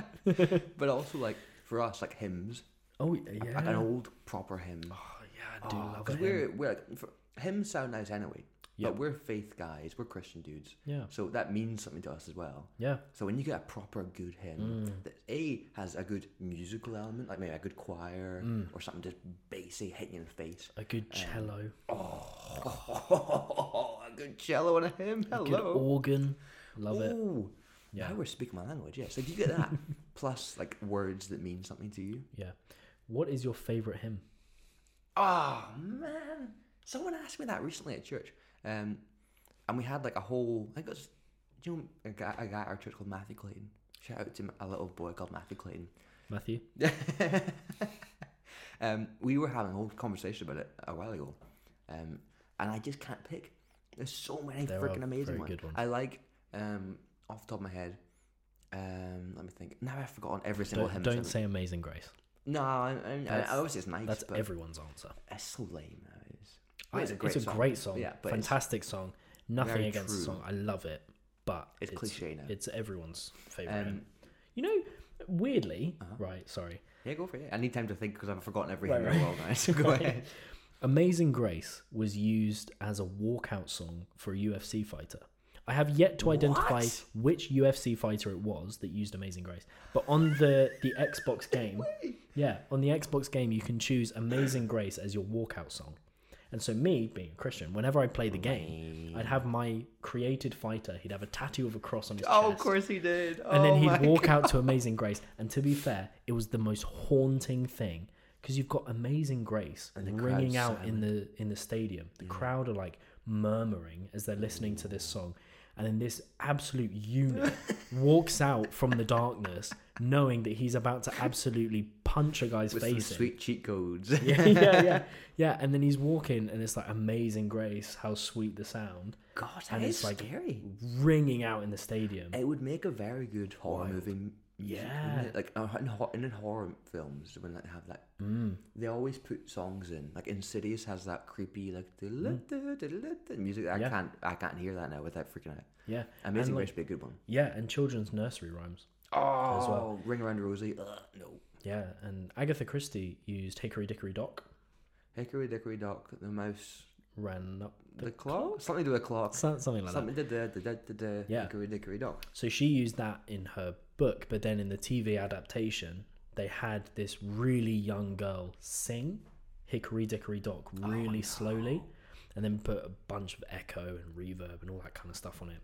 but also like for us, like hymns, Oh yeah. like an old proper hymn. Oh, yeah, I do love Because it. we're we're like, for, hymns sound nice anyway. Yep. But we're faith guys. We're Christian dudes. Yeah. So that means something to us as well. Yeah. So when you get a proper good hymn Mm. that A has a good musical element, like maybe a good choir Mm. or something just bassy hitting you in the face. A good cello, Oh, a good cello and a hymn. a good Hello. organ. Love it. oh. Ooh. Yeah. Now we're speaking my language. Yeah. So if you get that plus like words that mean something to you. Yeah. What is your favorite hymn? Oh man. Someone asked me that recently at church. Um and we had like a whole. I think it was, do you know, a guy, a guy at our church called Matthew Clayton. Shout out to m- a little boy called Matthew Clayton. Matthew. um, we were having a whole conversation about it a while ago, um, and I just can't pick. There's so many There freaking are amazing very ones. good ones. I like um, off the top of my head. Um, let me think. Now I've forgotten every single Don't, hymn. don't song. say Amazing Grace. no. I, I, I, That's- obviously it's nice, That's but everyone's answer. it's so lame. Now it is. But I- Oh, It's a great song. great song. Yeah, but it's- Fantastic song. Nothing very against the true. song. I love it. But It's cliche now. It's everyone's favorite. Um, Uh-huh. hymn. you know, weirdly, right? Sorry. Yeah, go for it. I need time to think because I've forgotten everything Right, in the world now. So go ahead. Amazing Grace was used as a walkout song for a UFC fighter. I have yet to identify What? which UFC fighter it was that used Amazing Grace. But on the, the Xbox game, yeah, on the Xbox game, you can choose Amazing Grace as your walkout song. And so, me being a Christian, whenever I play the game, I'd have my created fighter. He'd have a tattoo of a cross on his Oh, chest of course he did. and then Oh he'd my walk out to Amazing Grace. And to be fair, it was the most haunting thing because you've got Amazing Grace the ringing crowd's out in the in the stadium. The crowd are like murmuring as they're listening to this song, and then this absolute unit walks out from the darkness, knowing that he's about to absolutely punch a guy's With some face. in. sweet cheat codes. yeah, yeah, yeah, yeah. And then he's walking, and it's like Amazing Grace. How sweet the sound God, that And is it's like- scary. ringing out in the stadium. It would make a very good horror movie. m- music, wouldn't Yeah. it? like uh, in, ho- in horror films when they have that, Mm, they always put songs in. Like Insidious has that creepy like "Du-lu-du-du-lu-du" music. I Yeah. can't, I can't hear that now without freaking out. Yeah, Amazing And, Grace like, would be a good one. yeah, and children's nursery rhymes. Oh, well. Ring Around Rosie. Uh, no. Yeah, and Agatha Christie used Hickory Dickory Dock, Hickory Dickory Dock, the mouse, ran up the, clock? something to do with clock. so- something like that. Something da da da da da da. Yeah. Hickory dickory dock. So she used that in her book, but then in the TV adaptation, they had this really young girl sing Hickory Dickory Dock really slowly, and then put a bunch of echo and reverb and all that kind of stuff on it.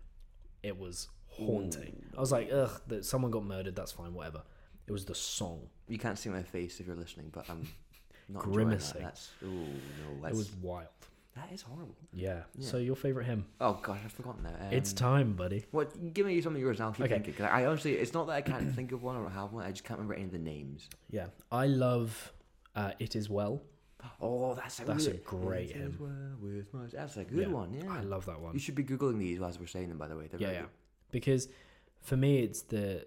It was haunting. I was like, ugh, that someone got murdered. That's fine, whatever. It was the song. You can't see my face if you're listening, but I'm not Grimacing. Enjoying that. That's oh no, that's, It was wild. that is horrible. Yeah. So your favorite hymn? Oh gosh, I've forgotten that. Um, It's time, buddy. what? Give me some of yours, and I'll keep Okay. thinking. 'cause I honestly, it's not that I can't think of one or have one. I just can't remember any of the names. Yeah, I love uh, "It Is Well." Oh, that's a That's a really- great It hymn. is well with my- That's a good Yeah, one. Yeah, I love that one. Mm. you should be googling these as we're saying them. By the way, they're Yeah, very yeah, good. because for me, it's the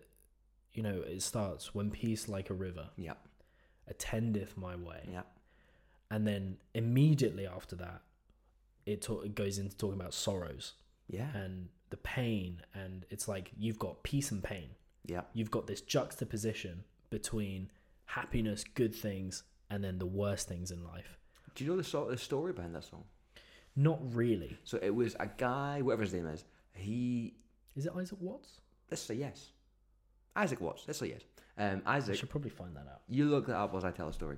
you know it starts when peace like a river yeah, attendeth my way, yeah. and then immediately after that, it, ta- it goes into talking about sorrows Yeah, and the pain, and it's like you've got peace and pain. yeah, You've got this juxtaposition between happiness, good things, and then the worst things in life. Do you know the, so- the story behind that song? Not really. So it was a guy, whatever his name is. He Is it Isaac Watts? Let's say yes. Isaac Watts. Let's say yes. Um, I Isaac, should probably find that out. you look that up as I tell a story.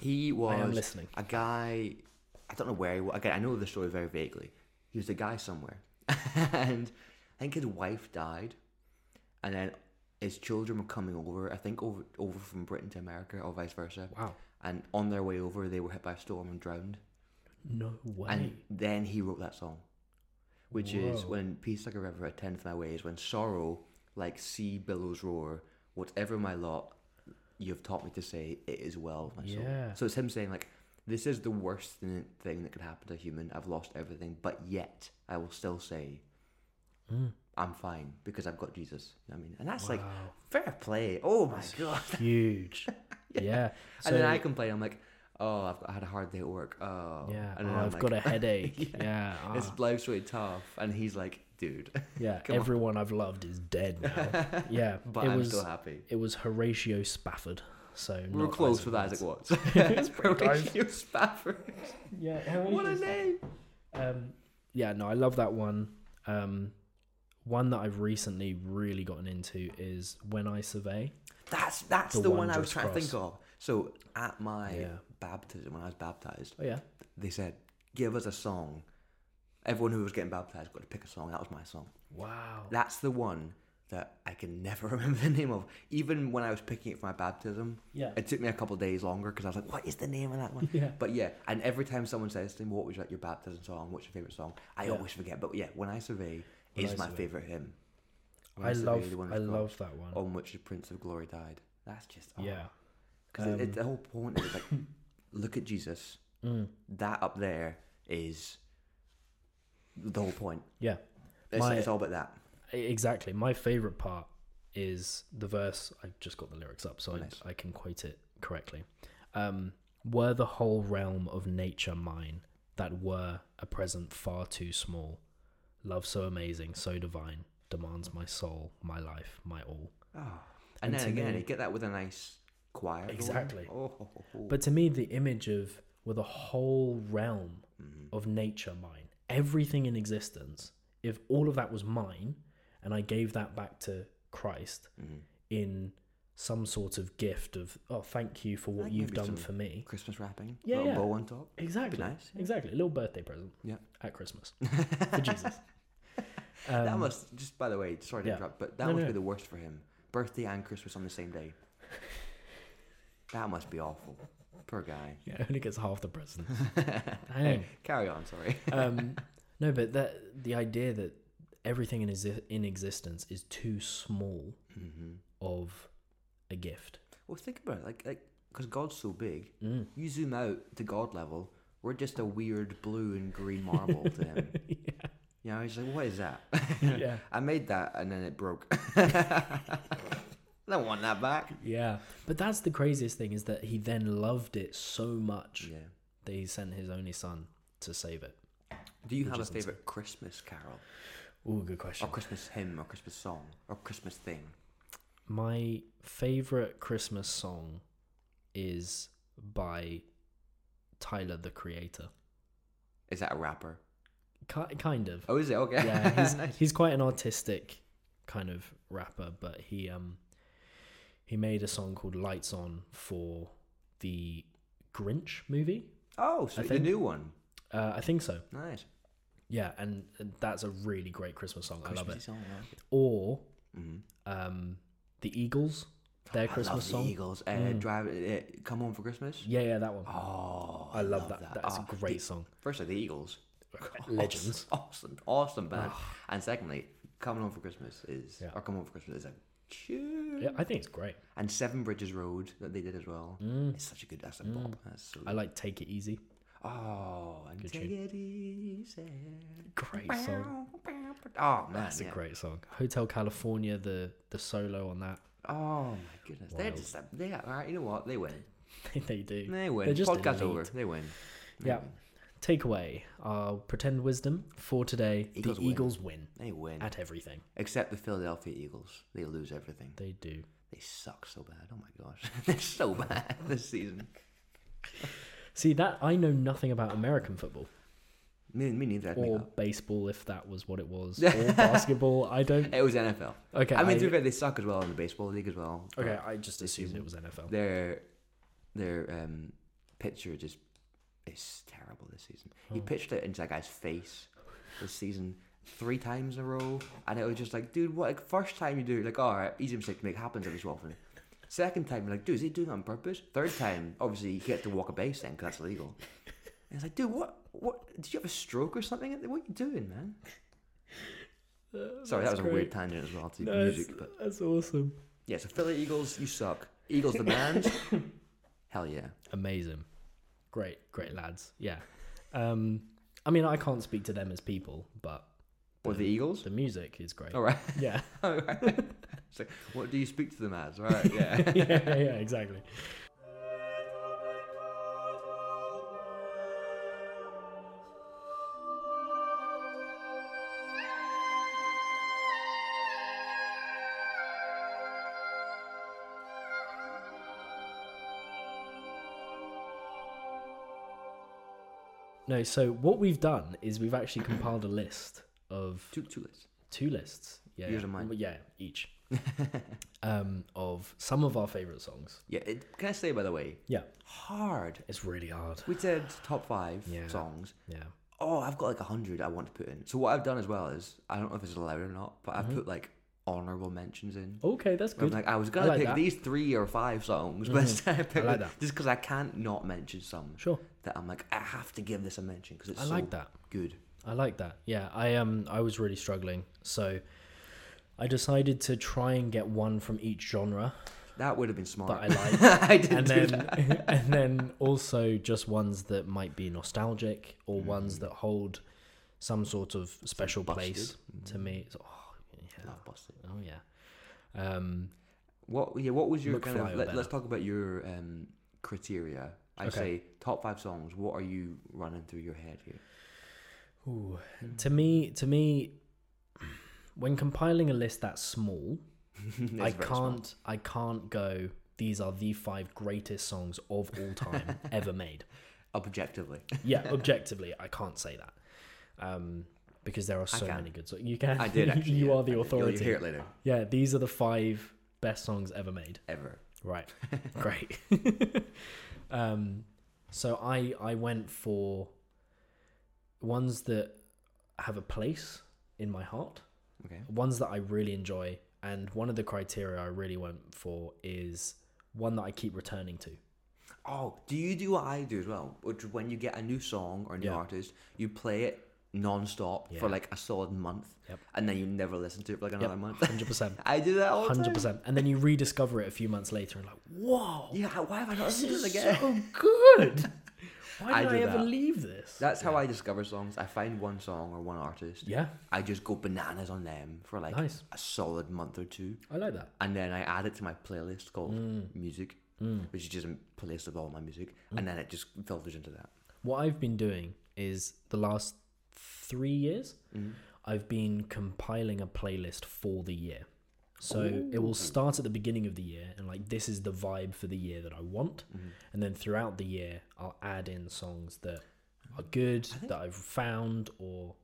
He was am listening. a guy. I don't know where he was. Again, I know the story very vaguely. He was a guy somewhere, and I think his wife died, and then his children were coming over. I think over over from Britain to America or vice versa. Wow. And on their way over, they were hit by a storm and drowned. No way. And then he wrote that song, which is Whoa. when peace like a river attendeth my ways, when sorrow like sea billows roar, whatever my lot, you've taught me to say it is well with my Yeah. soul. So it's him saying like, this is the worst thi- thing that could happen to a human. I've lost everything, but yet I will still say, I'm fine because I've got Jesus. You know what I mean, and that's like Mm, Wow. fair play. Oh my god. huge. yeah. So, and then I complain. I'm like, oh, I've got, I had a hard day at work. Oh, yeah, And oh, then I'm I've like- got a headache. yeah. ah, It's life's really tough, and he's like, dude. yeah. come on. Everyone I've loved is dead now. yeah. But it I'm was still happy. it was Horatio Spafford. So We were not close Isaac with Watts. Isaac Watts. it's Horatio Spafford. Yeah. Horatio What a name! Um, yeah, no, I love that one. Um, one that I've recently really gotten into is When I Survey. That's that's The the, one one I was just trying to crossed. think of. So at my Yeah. baptism, when I was baptized, Oh yeah. they said, "Give us a song." Everyone who was getting baptized got to pick a song. That was my song. Wow. That's the one that I can never remember the name of. Even when I was picking it for my baptism, Yeah. it took me a couple of days longer because I was like, "What is the name of that one?" Yeah. But yeah, and every time someone says to me, "What was like your baptism song? What's your favorite song?" I Yeah. always forget. But yeah, when I survey When is I my Survey. favorite hymn. When I Survey, love the one I that's got, Oh, love that one. on which the Prince of Glory died. That's just oh, yeah. Um, Because it, it- the whole point is like, look at Jesus. Mm. That up there is the whole point. Yeah. It's, My- it's all about that. E- Exactly. My favorite part is the verse. I just got the lyrics up, so Nice. I, I can quote it correctly. Um, were the whole realm of nature mine, that were a present far too small. Love so amazing, so divine, demands my soul, my life, my all. Oh. And, And then to again, me- you get that with a nice choir. going. Exactly. Oh, ho, ho, ho. But to me, the image of with a whole realm of nature mine, everything in existence, if all of that was mine and I gave that back to Christ Mm-hmm. in some sort of gift of, oh, thank you for what Like you've maybe done some for me. Christmas wrapping, Yeah, little yeah. bow on top. Exactly. nice, yeah. Exactly. A little birthday present Yeah. at Christmas for Jesus. Um, that must just by the way, sorry to yeah. interrupt, but that No, must no. be the worst for him. Birthday and Christmas on the same day. that must be awful. Poor guy. Yeah, it only gets half the presents. Dang. Carry on. Sorry. um, no, but that the idea that everything in exi- in existence is too small of a gift. Mm-hmm. Mm. Well, think about it, like, like, because God's so big. You zoom out to God level, we're just a weird blue and green marble to him. yeah. You know, he's like, what is that? Yeah. I made that and then it broke. I don't want that back. yeah, but that's the craziest thing is that he then loved it so much Yeah. that he sent his only son to save it. Do you have a favorite Christmas carol Oh, good or question. Christmas hymn or Christmas song or Christmas thing? My favorite Christmas song is by Tyler the Creator. Is that a rapper? Ki- kind of. Oh, is it? Okay. yeah, he's Nice. he's quite an artistic kind of rapper, but he um he made a song called Lights On for the Grinch movie. Oh, so I the think- new one. Uh, I think so. Nice. Yeah, and that's a really great Christmas song. I love Christmassy it. song, I like it. Or um the Eagles, their Oh, I Christmas love song. Mm. the Eagles. Uh, Drive, uh, come home for Christmas. Yeah, yeah, that one. Oh, I love, that. That's Ah, a great the- song. Firstly, the Eagles. Legends. Awesome, awesome band. And secondly, Coming Home for Christmas is, Yeah. or Come Home for Christmas is a tune. Yeah, I think it's great. And Seven Bridges Road that they did as well. It's such a good, that's a bop. That's so, Mm. I like Take It Easy. oh, and Good take tune. it easy. Great song. Oh, man. That's a yeah. great song. Hotel California, the the solo on that. Oh, my goodness. They're Wild. just, a- they are, all right, you know what? They win. they do. They win. They're just Podcast elite. over. They win. Yeah. Takeaway: our pretend wisdom for today. Eagles the win. Eagles win. They win. at everything. Except the Philadelphia Eagles. They lose everything. They do. They suck so bad. Oh my gosh. They're so bad this season. See that I know nothing about American football Me, me neither. I'd make or up. baseball, if that was what it was, or basketball. I don't. It was NFL. Okay, I mean, I- to be fair, they suck as well in the baseball league as well. Okay, I just assumed it was NFL. Their their um, pitcher just is terrible this season. He pitched it into that guy's face this season three times in a row, and it was just like, dude, what? Like, first time you do, it, like, all right, easy mistake to make happens every so often. Second time, you're like, dude, is he doing it on purpose? Third time, obviously, you get to walk a base then 'cause that's illegal. And it's like, dude, what? What? Did you have a stroke or something? What are you doing, man? Sorry, that was a weird tangent as well to music. But that's awesome. yeah, so Philly Eagles, you suck. Eagles the band. Hell yeah. Amazing. Great, great lads. Yeah. Um, I mean, I can't speak to them as people, but Or the Eagles? the music is great. All right. Yeah. All right. It's like, what do you speak to them as? All right, yeah. yeah, yeah, yeah, exactly. No, so what we've done is we've actually compiled a list of two, two lists. two lists. Yeah, Yours yeah. and mine. Well, Yeah, each. um, of some of our favorite songs. Yeah, it, can I say, by the way, Yeah, hard. it's really hard. We did top five Yeah. songs. Yeah, Oh, I've got like a 100 I want to put in. So what I've done as well is, I don't know if this is allowed or not, but I've put like honorable mentions in. Okay, that's Where I'm Mm-hmm. Oh, good. like, I was gonna like pick that. Mm-hmm. these three or five songs, but instead I picked like the- that. just because I can't not mention some Sure, that I'm like, I have to give this a mention because it's I so like that. good. I like that. Yeah, I um I was really struggling, so I decided to try and get one from each genre That would have been smart. that I like. I didn't and do then that. and then also just ones that might be nostalgic Mm. or ones that hold some sort of special place to me. So- oh yeah, Love Busted. oh yeah. Um, What yeah? What was your Look kind for of? it Let, better. us talk about your um, criteria. I Okay. say top five songs. What are you running through your head here? Ooh. To me, to me, when compiling a list that small, It's I very can't, small. I can't go. These are the five greatest songs of all time ever made. objectively. Yeah, objectively, I can't say that, um, because there are so can. many good songs. You can. I did actually. you yeah, are I did. the You'll- authority. You'll hear it later. Yeah, these are the five best songs ever made. Ever. Right. Great. um, so I I went for ones that have a place in my heart, Okay. ones that I really enjoy, and one of the criteria I really went for is one that I keep returning to. Oh, do you do what I do as well? Which is when you get a new song or a new Yeah. artist, you play it non-stop Yeah. for like a solid month, Yep. and then you never listen to it for like another month. Hundred percent. I do that all the time. Hundred percent. And then you rediscover it a few months later and like, whoa, Yeah. Why have I not listened to this it is again? so good. Why I did I, do ever that. leave this? That's how I discover songs. I find one song or one artist. yeah, I just go bananas on them for like Nice. a solid month or two, I like that. and then I add it to my playlist called Mm. music, which is just a playlist of all my music, and then it just filters into that. What I've been doing is the last three years, Mm-hmm. I've been compiling a playlist for the year. So it will start at the beginning of the year and like this is the vibe for the year that I want. Mm-hmm. And then throughout the year, I'll add in songs that are good, that I've found or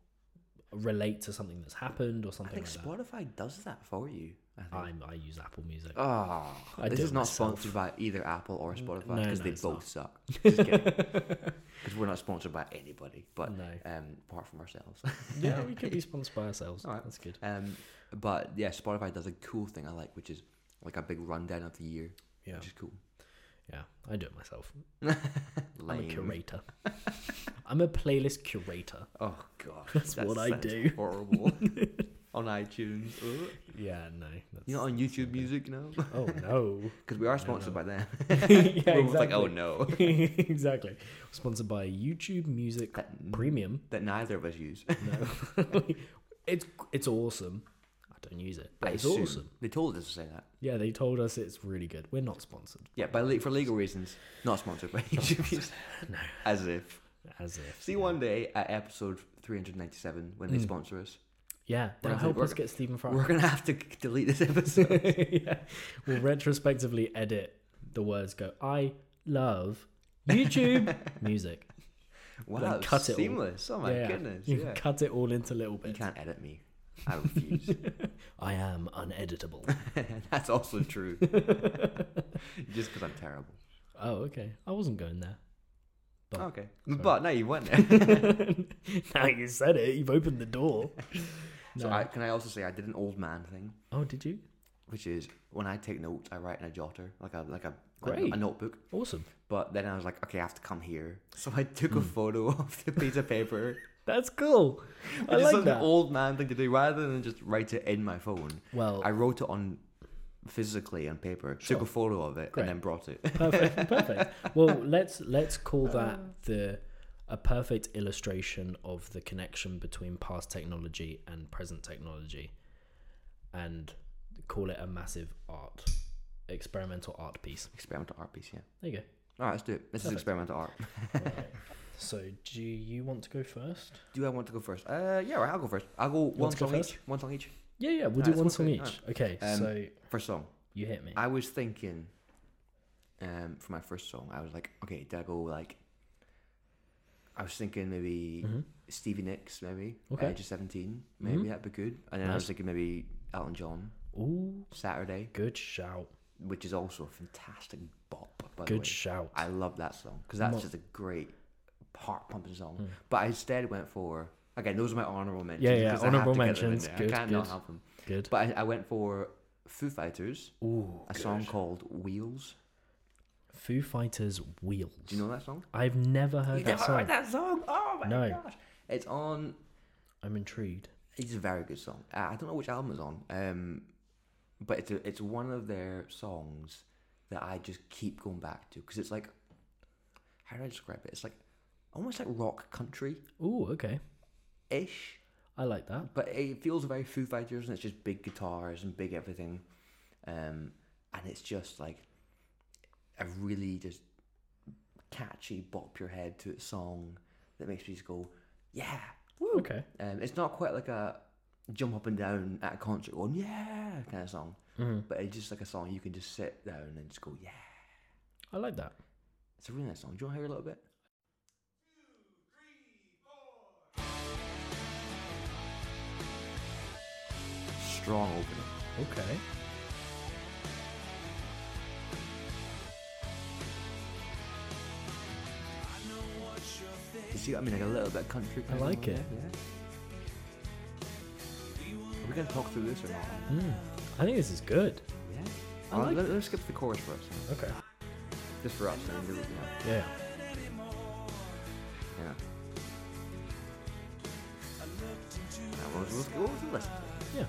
relate to something that's happened or I something think like Spotify does that for you. I think. that. I'm, I use Apple Music. Oh, I this do is it not myself. Mm. sponsored by either Apple or Spotify no, because no, they it's both not. suck. Just because we're not sponsored by anybody, but No. um, apart from ourselves. yeah, we could be sponsored by ourselves. All right. That's good. um, but yeah, Spotify does a cool thing I like, which is like a big rundown of the year, Yeah. which is cool. Yeah, I do it myself. I'm a Lame. curator. I'm a playlist curator. Oh god, That's that what I sounds do. Horrible on iTunes. Ugh. Yeah, no. That's... You're not on YouTube Music now Oh no. because we are sponsored by them. yeah, We're exactly. both like, oh no, Uh, exactly. Sponsored by YouTube Music that, Premium. that neither of us use. No. it's it's awesome. I don't use it, but I it's assume. awesome. They told us to say that. Yeah, they told us it's really good. We're not sponsored. Yeah, by le- for legal reasons, not sponsored by YouTube Music. No. As if. As if. See yeah. Mm. one day at episode 397 when they sponsor us, We're Yeah, they'll gonna- help we're us gonna- get Stephen Fry. we're gonna have to k- delete this episode. yeah. We'll retrospectively edit the words go, I love YouTube music. Wow, Like, it's cut it all. seamless. Oh my yeah. goodness. You yeah. can cut it all into little You bits. can't edit me. I refuse. I am uneditable. That's also true. Just because I'm terrible. oh, okay. I wasn't going there. But- okay. sorry. But no, you weren't. there. now you said it. You've opened the door. so No. I, can I also say I did an old man thing, Oh, did you? which is when I take notes, I write in a jotter, like a like a Great. a, notebook. Awesome. But then I was like, okay, I have to come here. So I took Hmm. a photo of the piece of paper. That's cool. I Which is like such that. an old man thing to do. Rather than just write it in my phone, well, I wrote it on physically on paper, Sure. took a photo of it, Great. and then brought it. perfect. Perfect. Well, let's let's Uh. call that the a perfect illustration of the connection between past technology and present technology, and call it a massive art, experimental art piece. experimental art piece, yeah. There you go. All right, let's do it. This is Perfect. experimental art. So, do you want to go first? Do I want to go first? Uh, yeah, right, I'll go first. I'll go one to go song first? each. One song each. Yeah, yeah, we'll do Alright, one that's song okay, each. Okay, Um, so First song. you hit me. I was thinking, um, for my first song, I was like, okay, did I go like? I was thinking maybe Stevie Nicks, maybe Mm-hmm. Okay. Mm-hmm. Age of Seventeen, maybe that'd be good. And then I was Nice. thinking maybe Elton John, Ooh, Saturday, good shout. which is also a fantastic bop. By the way. Good shout. I love that song because that's just a great heart pumping song. But I instead went for Again, those are my honorable mentions. Mm. Yeah, yeah, because I have honorable to get them in mentions. there. Good, I cannot good. have them. Good. But I, I went for Foo Fighters, Ooh, a song called Wheels. Foo Fighters Wheels. Do you know that song? I've never heard that song. that song? Oh my No. gosh! It's on. I'm intrigued. It's a very good song. Uh, I don't know which album it's on, um, but it's a, it's one of their songs that I just keep going back to because it's like, how do I describe it? It's like almost like rock country Ooh, okay. ish, I like that. but it feels very Foo Fighters and it's just big guitars and big everything, um, and it's just like a really just catchy bop your head to it song that makes me just go, yeah, woo. Okay. Um, it's not quite like a jump up and down at a concert going, yeah, kind of song. But it's just like a song you can just sit down and just go, yeah. I like that. It's a really nice song. Do you want to hear a little bit? Strong opening. Okay. You see what I mean? Like a little bit of country. I kind of like it. Yeah. Are we going to talk through this or not? hmm. I think this is good. Yeah. I Uh, like let, let's skip to the chorus first. Okay. Just for us. And then do, yeah. Yeah. Yeah. Now, we'll, we'll, we'll listen to it. Yeah.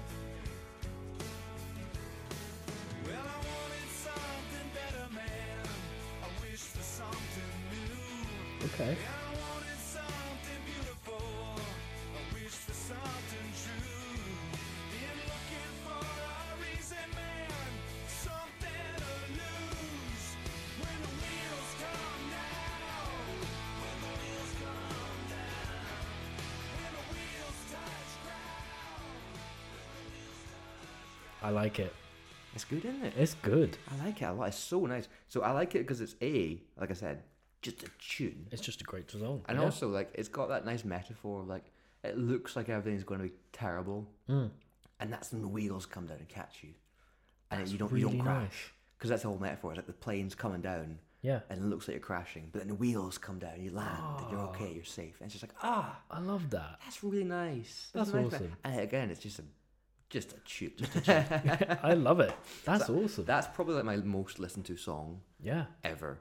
Okay. I like it. It's good, isn't it? It's good. I like it a lot. It's so nice. So I like it because it's a like I said, just a tune, It's just a great song. and yeah. also like it's got that nice metaphor of like it looks like everything's going to be terrible, Hmm. and that's when the wheels come down and catch you, and you don't you really don't nice. crash because that's the whole metaphor. It's like the plane's coming down. Yeah. And it looks like you're crashing, but then the wheels come down, you land, and Ah. you're okay, you're safe. And it's just like, ah, I love that. that's really nice. That's a nice me- awesome. And again, it's just a, just a tune. I love it. That's awesome. that's probably like my most listened to song yeah. ever.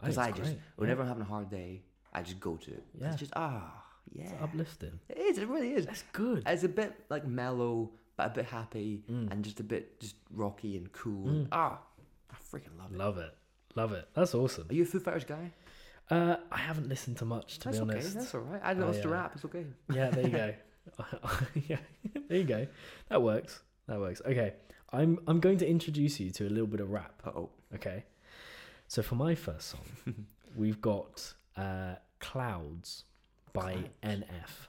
I Because think I it's just, great, whenever I'm having a hard day, I just go to it. 'Cause Yeah. It's just, ah, yeah. Uplifting. It is, it really is. That's good. It's a bit like mellow, but a bit happy Mm. and just a bit just rocky and cool. and Ah, I freaking love it. Love it. Love it. That's awesome. Are you a Foo Fighters guy? Uh, I haven't listened to much, to That's be okay. honest. That's all right. I know I, it's to uh, rap. It's okay. Yeah, there you go. yeah, there you go. That works. That works. Okay, I'm I'm going to introduce you to a little bit of rap. Uh oh. Okay, so for my first song, we've got uh, "Clouds" by NF.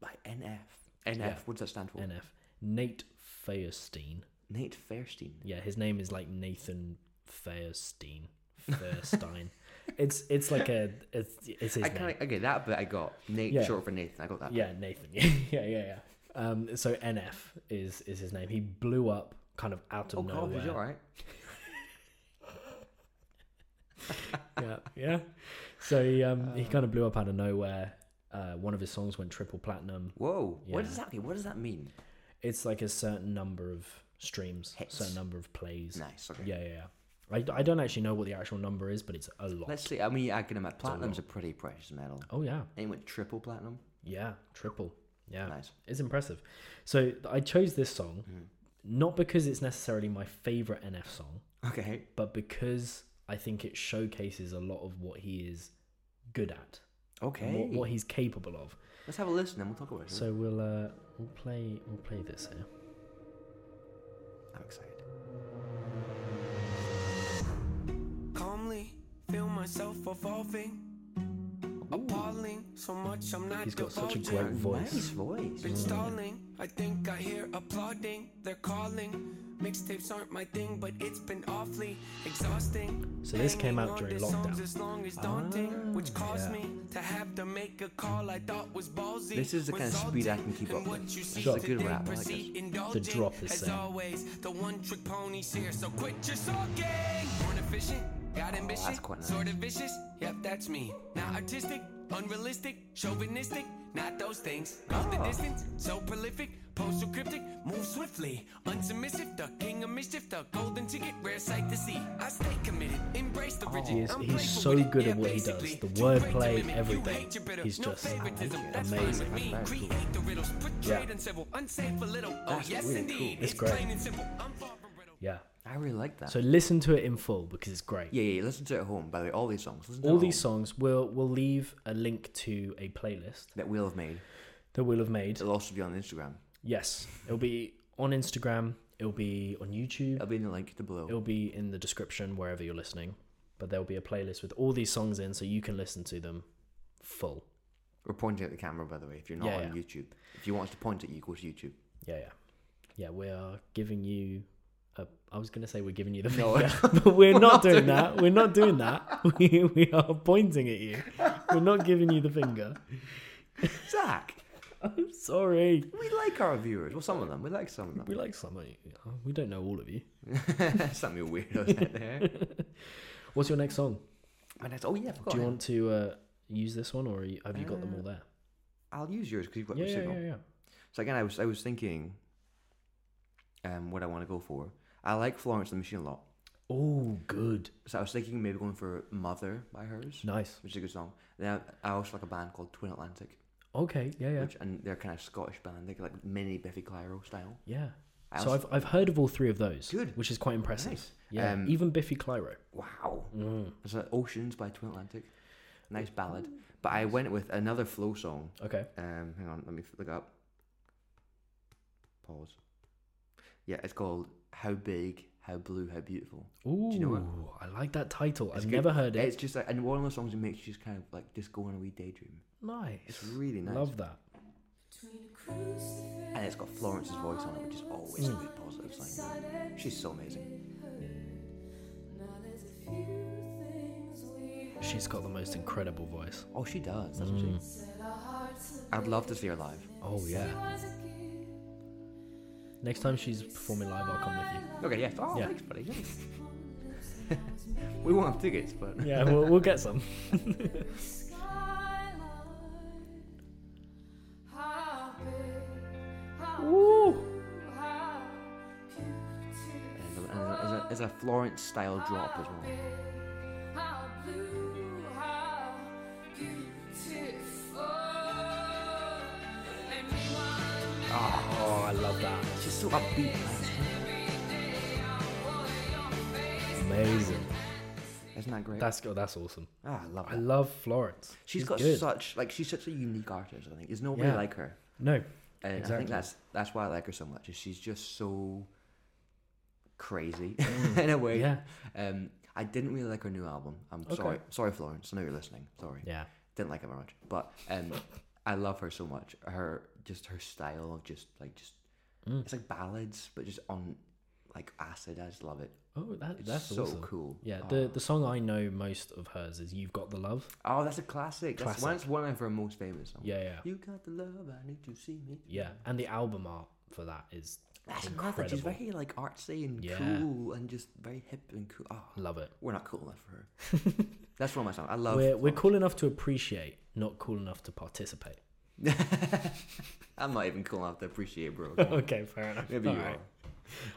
By NF. NF. What does that stand for? NF Nate Feierstein. Nate Fairstein. Yeah, his name is like Nathan Feierstein. Feierstein. it's it's like a it's it's his I name. kind of okay. That bit I got. Nate, Yeah. short for Nathan. I got that. Yeah, Nathan. Yeah, yeah, yeah. yeah. Um, so NF is is his name. He blew up kind of out of Oh, God, nowhere. is you all right? yeah, yeah. So he um, Uh. he kind of blew up out of nowhere. Uh, one of his songs went triple platinum. Whoa. What Yeah. exactly? What does that mean? It's like a certain number of streams, Hits. certain number of plays. Nice. Okay. Yeah, yeah, yeah. I, I don't actually know what the actual number is, but it's a lot. Let's see. I mean, I can imagine platinum's a pretty precious metal. oh yeah, And it went triple platinum. yeah, triple. Yeah, Nice. Mm-hmm. it's impressive. So th- I chose this song not because it's necessarily my favorite NF song, Okay. but because I think it showcases a lot of what he is good at, Okay. Mm-hmm. and what, what he's capable of. Let's have a listen and we'll talk about it. So we'll uh, we'll play we'll play this here. I'm excited. Calmly feel myself evolving. Appalling, so much I'm not He's got such a divulging. great Nice voice. voice. Been stalling, I think I hear applauding. They're calling. Mixtapes aren't my thing, but it's been awfully exhausting. So this came Hanging out on during to songs lockdown. as long as daunting, Ah, which caused yeah. me to have to make a call I thought was ballsy. This is the kind of speed I can keep resulting up in with. what you This see is a good today, rap. I like proceed this. indulging. The drop is as saying. always, the one trick pony's here, so quit your sulking. Born efficient, Got ambition, Oh, that's quite nice. sort of vicious. Yep, that's me. Not artistic, unrealistic, chauvinistic. Not those things. Goes the Ah. distance, so prolific, post so cryptic. Move swiftly, unsubmissive. The king of mischief, the golden ticket, rare sight to see. I stay committed, embrace the rigid. He is- I'm Oh, he's playful so with it, good at yeah, what he does. basically. The Too great to wordplay, limit, you everything. hate your bitter, He's no just favoritism, amazing. that's fine Amazing. with me. Very cool. Create the riddles, portrayed Yeah. uncivil, unsafe for little. Oh, That's yes, really cool. indeed. It's great. plain and simple. I'm far from brittle. Yeah. I really like that. So listen to it in full because it's great. yeah, Oh. yeah, yeah, listen to it at home. By the way, all these songs. Listen to it All at these home songs, we'll, we'll leave a link to a playlist that we'll have made. that we'll have made. It'll also be on Instagram. Yes. It'll be on Instagram, it'll be on YouTube, It'll be in the link to below. it'll be in the description wherever you're listening. But there'll be a playlist with all these songs in so you can listen to them full. We're pointing at the camera, by the way. If you're not Yeah, on yeah. YouTube, if you want us to point at you, go to YouTube. Yeah, yeah. Yeah, we are giving you. A, I was going to say we're giving you the No. finger, but we're not, doing, that. We're not doing that. We, we are pointing at you. We're not giving you the finger. Zach, I'm sorry. we like our viewers. Well, some of them. We like some of them. We like some of you. We don't know all of you. some of you weirdos out there. What's your next song? My next, oh yeah, I forgot. Do you want to uh, use this one or are you- have you got them all there? I'll use yours because you've got Yeah, your yeah, Uh, signal. yeah, yeah. So again, I was I was thinking, um, what I want to go for. I like Florence and the Machine a lot, Oh, good. so I was thinking maybe going for Mother by hers, Nice. which is a good song. Then I, I also like a band called Twin Atlantic, Okay. Yeah, yeah. which and they're kind of Scottish band. They're like mini Biffy Clyro style. yeah. I So also- I've, I've heard of all three of those, Good. which is quite impressive. Nice. Yeah, Um, even Biffy Clyro. Mm, Wow. It's like Oceans by Twin Atlantic. Nice ballad. But I went with another flow song. Okay, Um, hang on, let me look it up. Pause. Yeah, it's called How Big, How Blue, How Beautiful. Ooh, you know what? I like that title. It's I've good. never heard it. It's just like, and one of the songs that makes you just kind of like just go on a wee daydream. nice. It's really nice. Love that. And it's got Florence's voice on it, which is always a good positive sign. She's so amazing. She's got the most incredible voice. Oh, she does, doesn't Mm. she? I'd love to see her live. Oh yeah. Next time she's performing live, I'll come with Okay, yes. Oh, Yeah. thanks, buddy. Yes. we won't have tickets, but you. Yeah, we'll, we'll get some. And there's a- and there's a, there's a Florence style drop as well. Oh, I love that. It's just Ah, so upbeat. Amazing. Isn't that great? That's go- that's awesome. ah, I love I it. love Florence. she's got good. such like she's such a unique artist. I think there's nobody Yeah. like her, no. and I Exactly. think that's that's why I like her so much. Is she's just so crazy Mm. in a way. Yeah. Um, I didn't really like her new album. I'm Okay. sorry, sorry, Florence. I know you're listening. Sorry. Yeah. Didn't like it very much, but um, I love her so much. Her just her style of just like just Mm. it's like ballads, but just on like acid. I just love it. Oh, that, It's that's so awesome. cool. Yeah, the the song I know most of hers is "You've Got the Love." Oh, that's a classic. That's one, that's one of her most famous songs. Yeah, yeah, You got the love, I need to see me. yeah. And the album art for that is That's incredible. incredible. She's very like artsy and Yeah. cool and just very hip and cool. Oh, Love it. we're not cool enough for her. that's one of my songs. I love. We're we're cool enough to appreciate, not cool enough to participate. I'm not even cool enough to appreciate, bro. okay, fair enough. Maybe you Alright.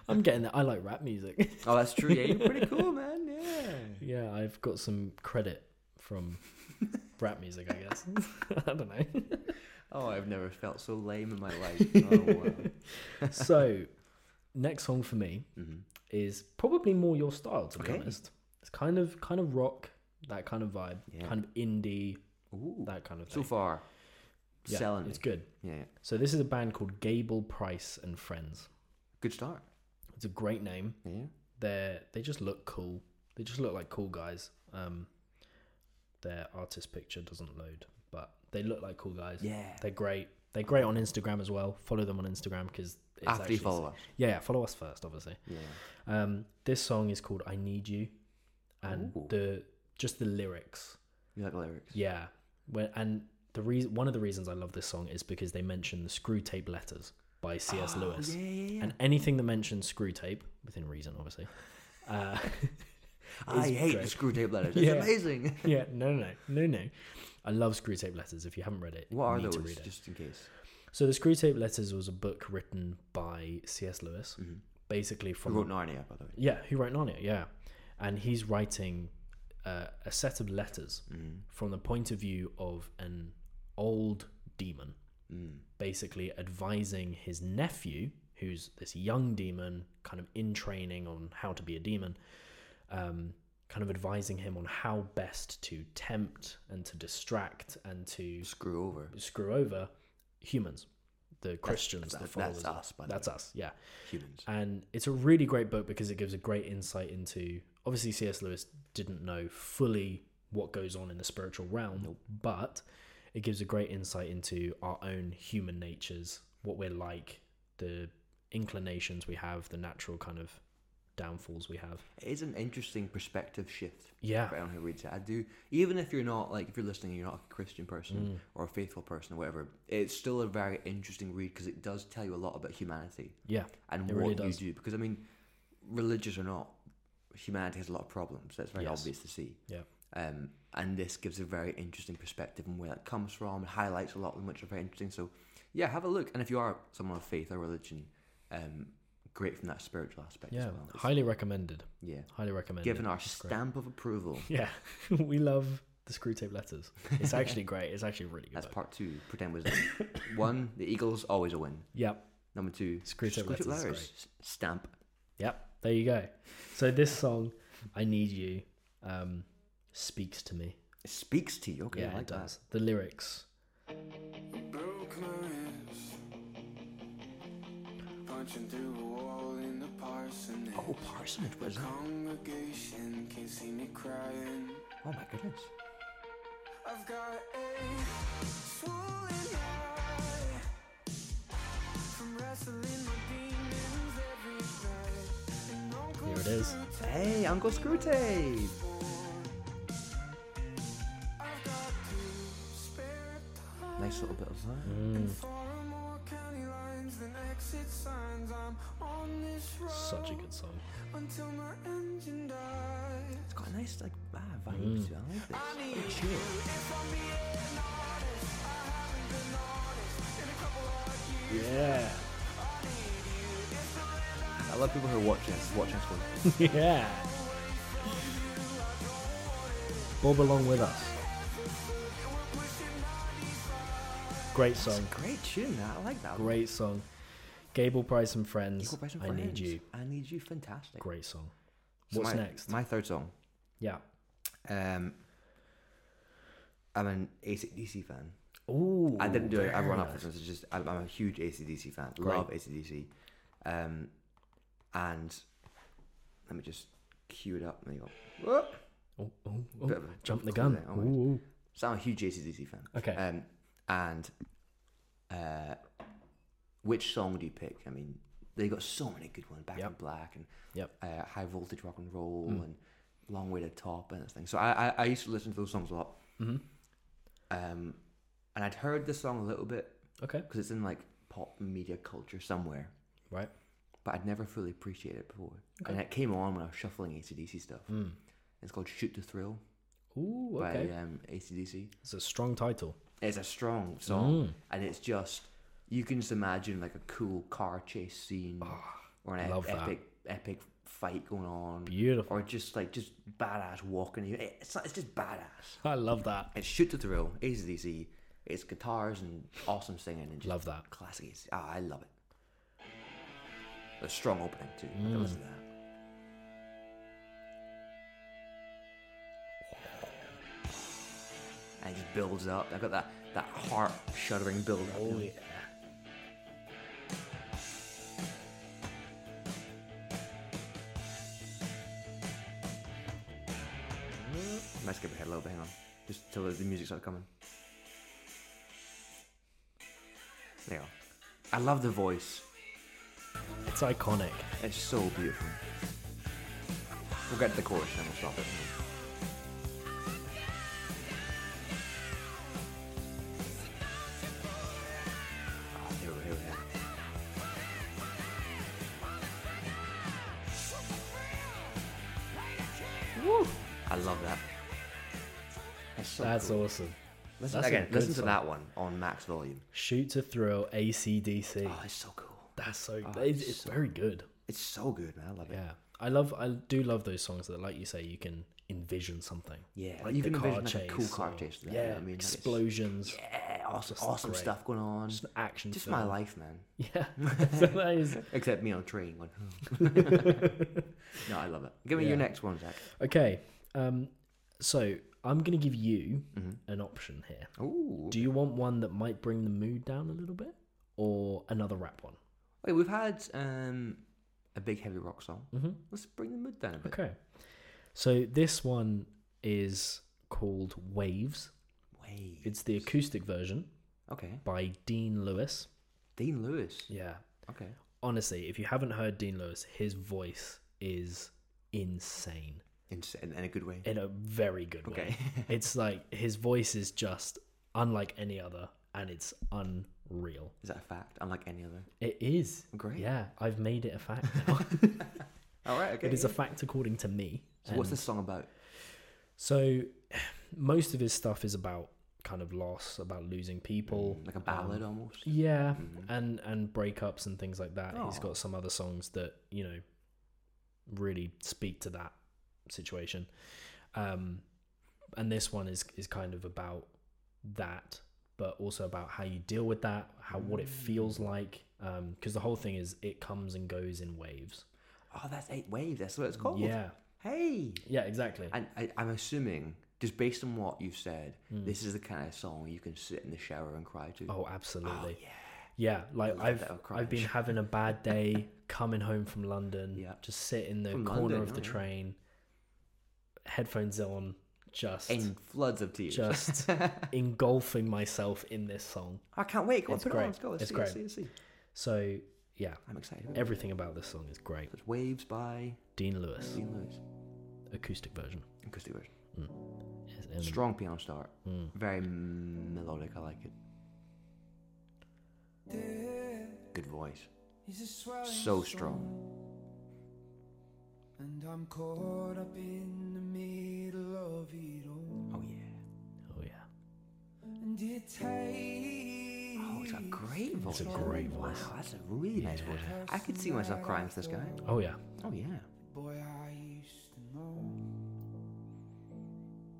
I'm getting there. I like rap music. are. Oh, that's true. Yeah, you're pretty cool, man. Yeah. yeah, I've got some credit from rap music, I guess. I don't know. Oh, I've never felt so lame in my life. Oh, wow. so, next song for me Mhm. is probably more your style, to Okay. be honest. It's kind of kind of rock, that kind of vibe, Yeah. kind of indie, Ooh. that kind of thing. So far, yeah, selling. It's me. good. Yeah, yeah. So this is a band called Gable Price and Friends. Good start. It's a great name. Yeah. They they just look cool. They just look like cool guys. Um, their artist picture doesn't load, but they look like cool guys. Yeah. They're great. They're great on Instagram as well. Follow them on Instagram because After you follow us. Yeah, yeah, follow us first, obviously. Yeah. Um, this song is called "I Need You," and Ooh. the just the lyrics. You like lyrics? Yeah, when, and the reason one of the reasons I love this song is because they mention the Screw Tape Letters by C.S. Lewis, Ah, Yeah, yeah, yeah. and anything that mentions Screw Tape within reason, obviously. Uh, I hate great. the screw tape letters. It's Yeah. amazing. yeah, no, no, no, no. I love Screw Tape Letters. If you haven't read it, What you are need those? To read it. Just in case. So the Screw Tape Letters was a book written by C.S. Lewis, basically Mm-hmm. Who from wrote Narnia, by the way? yeah, who wrote Narnia? Yeah, and he's writing uh, a set of letters Mm. from the point of view of an old demon, Mm. basically advising his nephew, who's this young demon, kind of in training on how to be a demon, um, kind of advising him on how best to tempt and to distract and to Screw over. screw over humans, the Christians, that- the followers. that's us, by the that's us, yeah. Humans. And it's a really great book because it gives a great insight into. Obviously, C.S. Lewis didn't know fully what goes on in the spiritual realm, but it gives a great insight into our own human natures, what we're like, the inclinations we have, the natural kind of downfalls we have. It is an interesting perspective shift. Yeah. For anyone who reads it. I do. Even if you're not, like, if you're listening and you're not a Christian person Mm. or a faithful person or whatever, it's still a very interesting read because it does tell you a lot about humanity Yeah, and It what really you does. do. Because, I mean, religious or not, humanity has a lot of problems. That's very Yes. obvious to see. yeah, Um, and this gives a very interesting perspective on where that comes from. It highlights a lot of them, which are very interesting. So, yeah, have a look. And if you are someone of faith or religion, um, great from that spiritual aspect yeah. as well. It's- Highly recommended. yeah. Highly recommended. Given our It's great. stamp of approval. Yeah, we love the screw tape letters. It's actually great. It's actually a really good. That's book. part two. Pretend was one. The Eagles always a win. Yep, Number two. Screw Tape Screw Tape Letters is Letters. S- Stamp. yep. There you go. So this song, "I Need You," um, speaks to me. It speaks to you. Okay, Yeah, I like it does. The lyrics. broke my ribs punching through a wall in the parsonage. that. Oh, parsonage was that? Congregation can see me crying. Oh my goodness. I've got a swollen eye from wrestling my demons every night. And Uncle Here it is. Hey, Uncle Screw Tape. I've got two spare tires. Nice little bit of that. Mm. Far more county lines than exit signs. I'm on this road Such a good song. until my engine dies. It's got a nice like ah, vibe Mm. to it. I like this. Very chill. Yeah, I love people who are watching us, watching us go, yeah. Bob along with us. Great song. Great tune, that. I like that. one." Great song. Gable Price and Equal Friends. price and I need friends. you. I need you. Fantastic. Great song. So What's my- next? My third song. Yeah. Um, I'm an ACDC fan. Ooh. I didn't do it. I very run up nice. this. It's just I'm, I'm a huge ACDC fan. Great. Love ACDC. Um, and let me just cue it up. There you go. Whoop. Oh, oh, oh. Bit of a Jump the clue gun. there, aren't we? Ooh, ooh. So I'm a huge ACDC fan. Okay. Um, and uh, which song do you pick? I mean, they got so many good ones. Back in Yep. Black and Yep. Hmm. uh, High Voltage Rock and Roll and Long Way to Top and this thing. So I, I, I used to listen to those songs a lot. Mm-hmm. Um, and I'd heard this song a little bit Okay. because it's in like pop media culture somewhere, Right. but I'd never fully appreciated it before. And it came on when I was shuffling ACDC stuff. It's called Shoot the Thrill Ooh. Hmm. Okay. by um, ACDC. It's a strong title. It's a strong song, Hmm. and it's just you can just imagine like a cool car chase scene or an Ah, love ep- that. epic epic fight going on, Beautiful. or just like just badass walking. You- It's it's just badass. I love that. It's shoot to thrill, ACDC. It's guitars and awesome singing and just Love that. classic. AC/DC. Ah, I love it. A strong opening too. I Mm. can listen to that. And it just builds up. I've got that that heart shuddering build up. Oh yeah. Might skip ahead a little bit. Hang on, just till the, the music starts coming. There you go. I love the voice. It's iconic. It's so beautiful. We'll get to the chorus and we'll stop it. Ah, here we- here we are. Woo! love that. That's so That's cool. awesome. Listen, that's a again, good listen to song. that one on max volume. Shoot to throw ACDC. Oh, it's so cool. That's so. Oh, it's, it's it's so very good. It's so good, man. I love it. Yeah, I love. I do love those songs that, like you say, you can envision something. Yeah, like like you the can car envision like a cool chase car or- chase. there, you know yeah, what I mean, Like, it's- explosions, yeah, eh, awesome, Just awesome great. stuff going on. just an action. Just my film. life, man. Yeah, so that is Except me on a train. Going, "Hmm." no, I love it. Give me Yeah. your next one, Zach. okay. Um, so I'm gonna give you Mm-hmm. an option here. Ooh. Do you want one that might bring the mood down a little bit, or another rap one? Wait, we've had um, a big heavy rock song. Mm-hmm. Let's bring the mood down a bit. Okay. So this one is called Waves. Wait. It's the acoustic version Okay. by Dean Lewis. Dean Lewis. Yeah. Okay. Honestly, if you haven't heard Dean Lewis, his voice is insane In, in, in a good way. in a very good way. Okay. it's like his voice is just unlike any other and it's unreal. Is that a fact? Unlike any other. It is. Great. Yeah, I've made it a fact now. All right. Okay. it is a fact according to me. so what's and- this song about? So most of his stuff is about kind of loss, about losing people, Mm, Like a um, ballad almost. yeah, and and breakups and things like that. He's Mm-hmm. Oh. got some other songs that you know really speak to that situation. Um, and this one is is kind of about that, but also about how you deal with that, how what it feels Mm. like. Because the whole thing is it comes and goes in waves. Oh, that's Eight Waves. That's what it's called. Yeah, Hey. yeah, exactly. And I, I'm assuming, just based on what you've said, this is the kind of song you can sit in the shower and cry to. Mm. Oh, absolutely. yeah. yeah. like love I've that Oh, old I've been crash. having a bad day coming home from London. Yeah. Just sit in the From corner London, of the oh, yeah. train, headphones on, just And floods of tears. just engulfing myself in this song. I can't wait. Go on, It's put it great. on. Let's go. Let's It's see, let's see, great. let's see. So yeah, I'm excited. about it. everything about this song is great. There's Waves by Dean Lewis, Dean Lewis. acoustic version. And Christy Version. Yes, and mm, Strong piano start. Very melodic. I like it. Good voice. He's a swelling So strong. And I'm caught up in the middle of it all. Oh, yeah. Oh yeah, And it takes. Oh, it's a great voice. a great voice. Wow, that's a really nice voice. I could see myself crying to this guy. oh yeah. Oh, yeah. Boy, I used to know.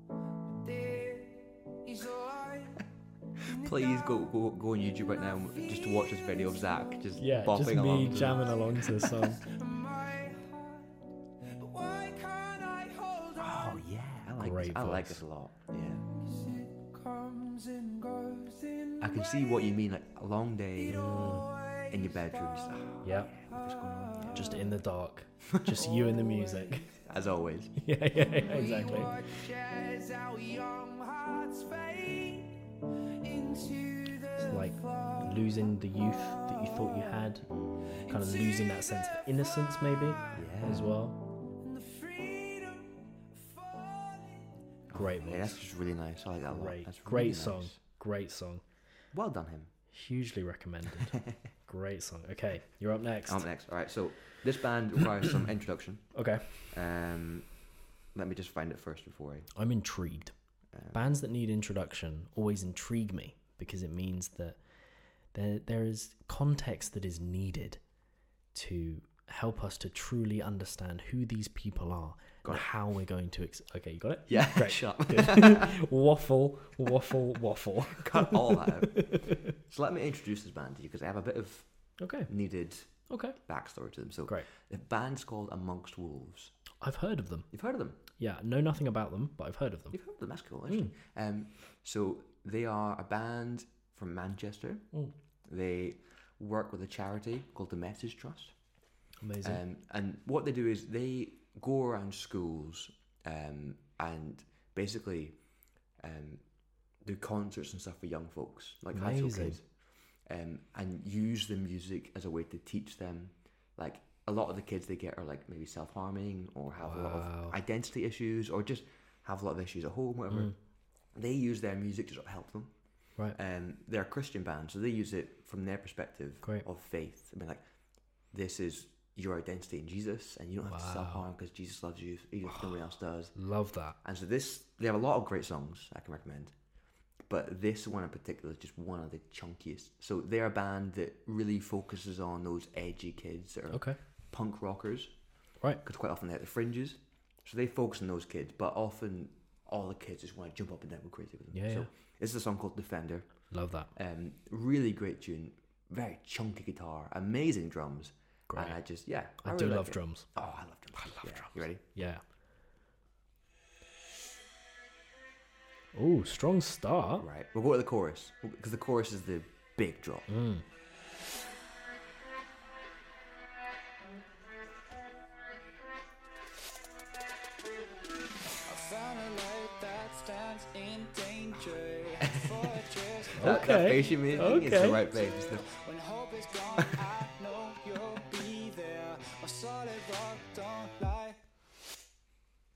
But there is a light. Please go, go go on YouTube right now and just watch this video of Zach just Yeah, bopping just me along. to- jamming along to the song. my heart. But why can't I hold Oh on? yeah, I like Great this. I like voice. this a lot. Yeah, 'Cause it comes and goes in I can see what you mean. Like a long day mm, waves. in your bedrooms, Ah, yeah, what's going on? just in the dark, just you and the music. as always. yeah, yeah, yeah, We exactly. watch as our young hearts fade into the like losing the youth that you thought you had, kind of losing that sense of innocence, maybe Yeah, as well. and the freedom falling. Great yeah, voice, that's just really nice. I like that a lot. great, That's really great nice. song, great song. Well done, him. Hugely recommended. great song. Okay, you're up next. I'm up next. All right, so this band requires some introduction. okay, Um, let me just find it first before I. I'm intrigued. Uh, Bands that need introduction always intrigue me because it means that there there is context that is needed to help us to truly understand who these people are and how we're going to. Ex- okay, you got it. Yeah, Great. shut up. waffle, waffle, waffle. Cut all that out. So let me introduce this band to you because I have a bit of Okay. needed Okay. backstory to them. So Great. the band's called Amongst Wolves. I've heard of them. You've heard of them? Yeah, know nothing about them, but I've heard of them. You've heard of them. That's cool. Interesting. Um, so they are a band from Manchester. They work with a charity called the Message Trust. Amazing. Um, and what they do is they go around schools um, and basically um, do concerts and stuff for young folks, like high school Amazing. kids, um, and use the music as a way to teach them. Like a lot of the kids they get are like maybe self harming or have a lot Wow. of identity issues or just have a lot of issues at home, whatever. They use their music to sort of help them Mm. right. um, they're a Christian band, so they use it from their perspective Great. of faith. I mean, like, this is your identity in Jesus, and you don't have to self harm because Jesus loves you, even if nobody else does. Love that. And so this, they have a lot of great songs I can recommend, but this one in particular is just one of the chunkiest. So they're a band that really focuses on those edgy kids that are Okay. punk rockers, Right. because quite often they're at the fringes. So they focus on those kids, but often all the kids just want to jump up and down and go crazy with them. Yeah, so yeah. this is a song called Defender. Love that. Um, really great tune, very chunky guitar, amazing drums. Great. And I just yeah, I, really do like love it. drums. Oh, I love drums. I love drums. You ready? Yeah. Oh, strong start. Right. We'll go to the chorus because the chorus is the big drop. Mm. I found a light that stands in danger. Fortress That, that Okay. face you made I think is Okay. the right face. The- When hope is gone, I know you'll be there. A solid rock don't lie.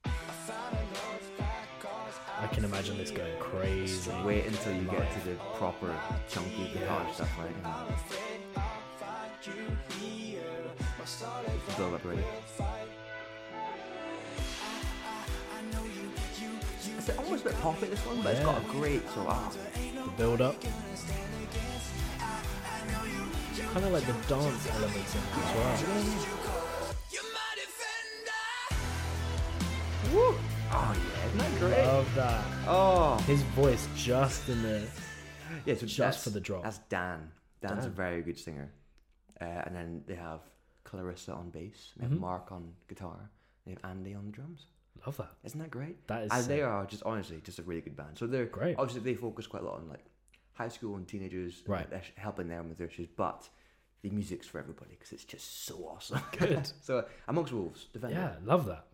I found a note that calls I can imagine this going crazy. Wait until you get to the proper chunky guitar stuff, right? And outfit. I'll find you here. My solid rock build up right. fight. I, I, I know you, you, you. It's almost a bit poppy this one, but it's got a great sort of. The build up. Kind of like the dance elements in it as well. You're my defender. Oh, oh yeah, isn't that great? Love that. Oh His voice just in the. yeah, so Just that's- for the drop. That's Dan. Dan's a Dan. very good singer. Uh, and then they have Clarissa on bass, they have Mm-hmm. Mark on guitar, they have Andy on the drums. Love that. Isn't that great? That is And they sick. are just honestly just a really good band. So they're Great. Obviously, they focus quite a lot on like high school and teenagers, and Right. they're sh- helping them with their issues, but the music's for everybody because it's just so awesome. Good. so uh, amongst wolves, defender. Yeah, love that.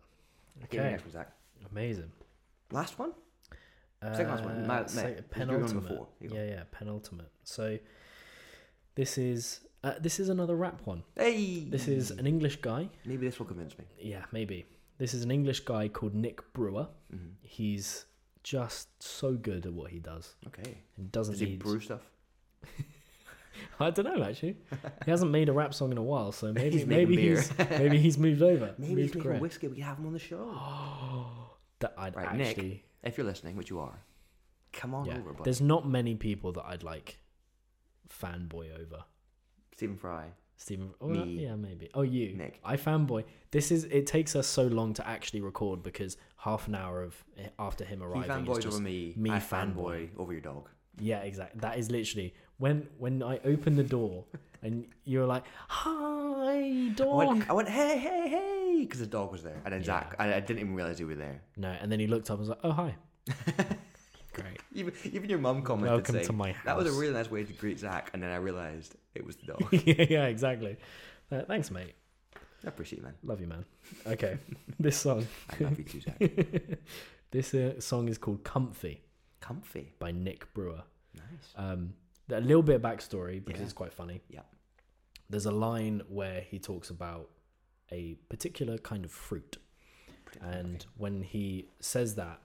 Give me the okay. next one, Zach. Amazing. Last one. Uh, Second last one. My- mate, sec- you're doing number penultimate. four. You go. Yeah, yeah, penultimate. So this is uh, this is another rap one. Hey. This is an English guy. maybe this will convince me. Yeah, maybe. This is an English guy called Nick Brewer. Mm-hmm. He's just so good at what he does. Okay. And doesn't Does he need. brew stuff? I don't know actually. he hasn't made a rap song in a while, so maybe He's making maybe beer. he's maybe he's moved over. Maybe he's moved making career. whiskey. We can have him on the show. That I'd Right, actually. Nick. If you're listening, which you are, come on Yeah. over. But There's not many people that I'd like fanboy over. Stephen Fry. Stephen, oh, Me. that- yeah, maybe. Oh, you, Nick. I fanboy. This is. It takes us so long to actually record because half an hour of eh, after him He arriving is fanboyed just over me. Me I fanboy. fanboy over your dog. Yeah, exactly. That is literally when when I open the door and you're like, "Hi, I dog." went, I went, hey, hey, hey, because the dog was there. And then Zach, I, I didn't even realize you were there. No, and then he looked up and was like, "Oh, hi." Great. Even, even your mum commented Welcome saying, to my that was a house." really nice way to greet Zach. And then I realized it was the dog. yeah, yeah, exactly. Uh, thanks, mate. I appreciate it, man. Love you, man. Okay, this song. I love you too, Zach. This uh, song is called "Comfy" Comfy. by Nick Brewer. Nice. Um, a little bit of backstory because Yeah. it's quite funny. Yeah. there's a line where he talks about a particular kind of fruit. And when he says that,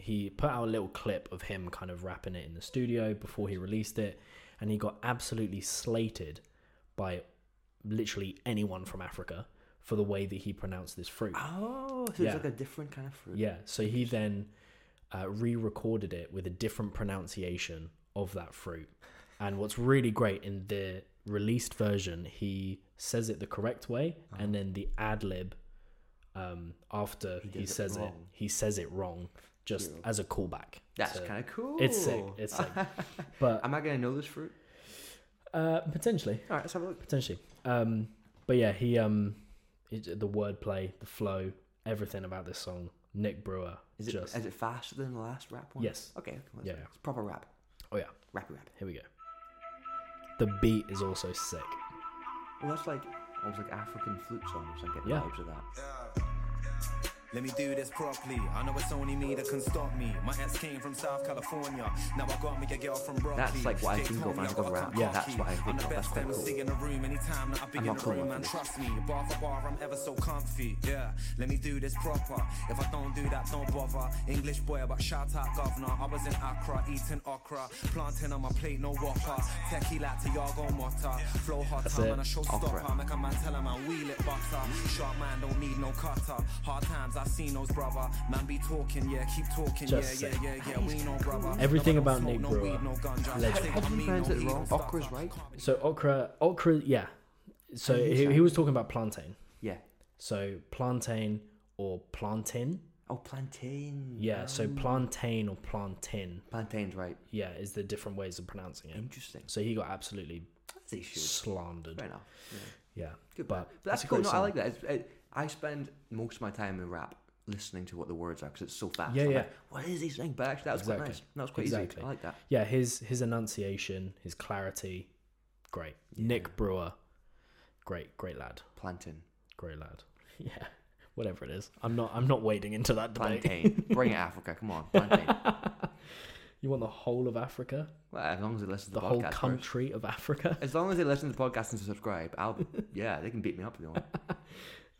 he put out a little clip of him kind of rapping it in the studio before he released it. And he got absolutely slated by literally anyone from Africa for the way that he pronounced this fruit. Oh, so Yeah. it's like a different kind of fruit. Yeah. So he then uh, re-recorded it with a different pronunciation of that fruit. And what's really great in the released version, he says it the correct way, Uh-huh. and then the ad lib um, after he, does it says it, wrong. he says it wrong, just as a callback. That's So kind of cool. It's sick. It's sick. but Am I going to know this fruit? uh, potentially, All right, let's have a look. potentially. Um, but yeah, he um, it, the wordplay, the flow, everything about this song. Nick Brewer Is it, just is it faster than the last rap one? Yes. Okay. okay well, Yeah. It's proper rap. oh yeah. Rappy rap. Here we go. The beat is also sick. Well, that's like almost like African flute songs. I get Yeah. vibes of that. Let me do this properly. I know it's only me that can stop me. My ex came from South California. Now I got me a girl from Brooklyn. That's like what I think of when I think of rap. Yeah, that's what I I'm think the of. That's best quite cool. MC in the room. Anytime that I've been I'm in not the cool room, enough man, for this. trust me. Bar for bar, I'm ever so comfy. Yeah, let me do this proper. If I don't do that, don't bother. English boy, but shout out governor. I was in Accra, eating okra, planting on my plate, no whopper. Techie like Tiago Motta. Flow That's hotter, man, it. I show Okra. stopper. Make a man tell a man wheel it butter. Sharp man don't need no cutter. Hard times I've seen those brother. Man be talking, yeah, keep talking, Just yeah, saying. yeah, yeah, yeah. We know brother. Everything No, I about don't Nick smoke, Brewer. No weed, no ganja. Legend. Think How I'm do you mean, pronounce no it weed, wrong? no Okra's stutter. right? So okra, okra, yeah. So he, he was talking about plantain. Yeah. So plantain or plantain. Oh, plantain. Yeah. Um, So plantain or plantain. Plantain's right. Yeah, is the different ways of pronouncing it. Interesting. So he got absolutely That's a shoot. slandered. Fair enough. Yeah. Yeah. Good but, but, but that's it's a cool. great No, I song. like that. It's, it, I spend most of my time in rap listening to what the words are because it's so fast. Yeah, I'm yeah. Like, what is he saying? But actually, that was quite Exactly. nice. That was quite Exactly. easy. I like that. Yeah, his his enunciation, his clarity, great. Nick Brewer, great, great lad, Plantain, great lad. Yeah, whatever it is, I'm not I'm not wading into that debate. plantain. Bring it Africa. Come on, plantain. You want the whole of Africa, well, as long as they listen to the the, whole podcast first. country of Africa? As long as they listen to the podcast and subscribe, I'll yeah, they can beat me up if they want.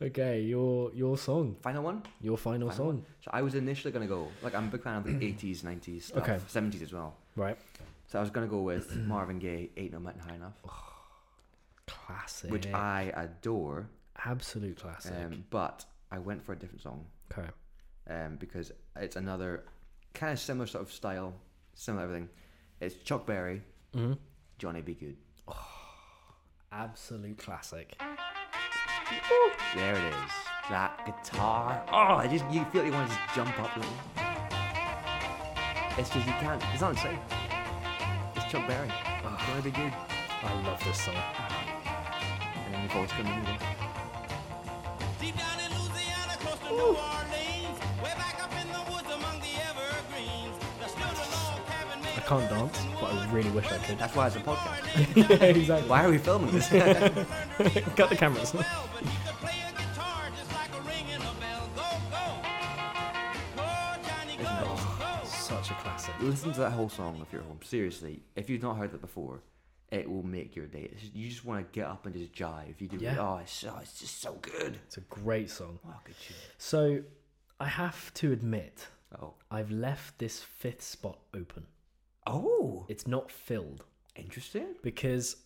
Okay, your your song, Final one. your final, Final song, one. So I was initially gonna go like I'm a big fan of the eighties, nineties, stuff, Okay. seventies as well. right? So I was gonna go with Marvin Gaye, Ain't No Mountain High Enough, Classic, which I adore. absolute classic. Um, but I went for a different song. okay, um, because it's another kind of similar sort of style, similar everything. It's Chuck Berry, Johnny Be Good. absolute classic. There it is. That guitar. Oh, I just you feel like you want to just jump up. Little. It's just you can't. It's not insane. It's Chuck Berry. Johnny Be Good. I love this song. And then the voice coming in. again. Deep down in Louisiana, close to New Orleans, way back up in the woods among the evergreens. There's still the log cabin made I of can't earth dance, and but I wood. really wish I could. That's why it's a podcast. yeah, exactly. Why are we filming this? That's Learned to read Cut the quite cameras. Well, but he could play a guitar just like a ring in a bell. Go, go. Go, Johnny, go, go. Such a classic. Listen to that whole song if you're at home. Seriously, if you've not heard that before, it will make your day. It's just- you just want to get up and just jive. You do. Yeah. Oh, it's, oh, it's just so good. It's a great song. Oh, good shit. So I have to admit, Oh. I've left this fifth spot open. Oh. It's not filled Interesting. because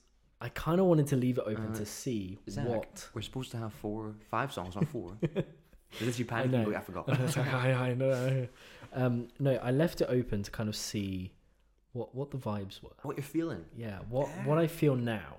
I kind of wanted to leave it open to see Uh, Zach, what. We're supposed to have four, five songs, not four. Is this you panicking? know. Wait, I forgot. Sorry, I, I know. Um, no, I left it open to kind of see what what the vibes were. what you're feeling? Yeah, what what I feel now,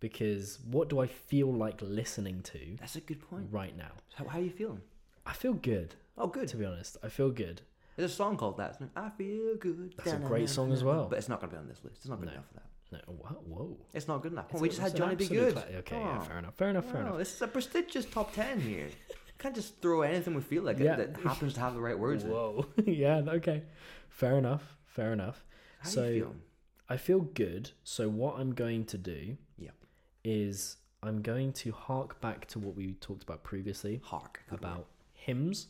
because what do I feel like listening to That's a good point. right now? How, how are you feeling? I feel good. Oh, good. To be honest, I feel good. There's a song called that. Isn't it? I feel good. That's a great song as well. But it's not gonna be on this list. It's not good enough for that. No, what? Whoa. It's not good enough. It's we a- just it's had an Johnny Be absolute Good. cla- okay, Come yeah, on. fair enough, fair enough, fair Wow, enough. this is a prestigious top ten here. Can't just throw anything we feel like it Yeah. that happens to have the right words. in it. Whoa. yeah, okay. Fair enough, fair enough. How so you feeling? I feel good. So what I'm going to do Yeah. is I'm going to hark back to what we talked about previously Hark. good word. about hymns.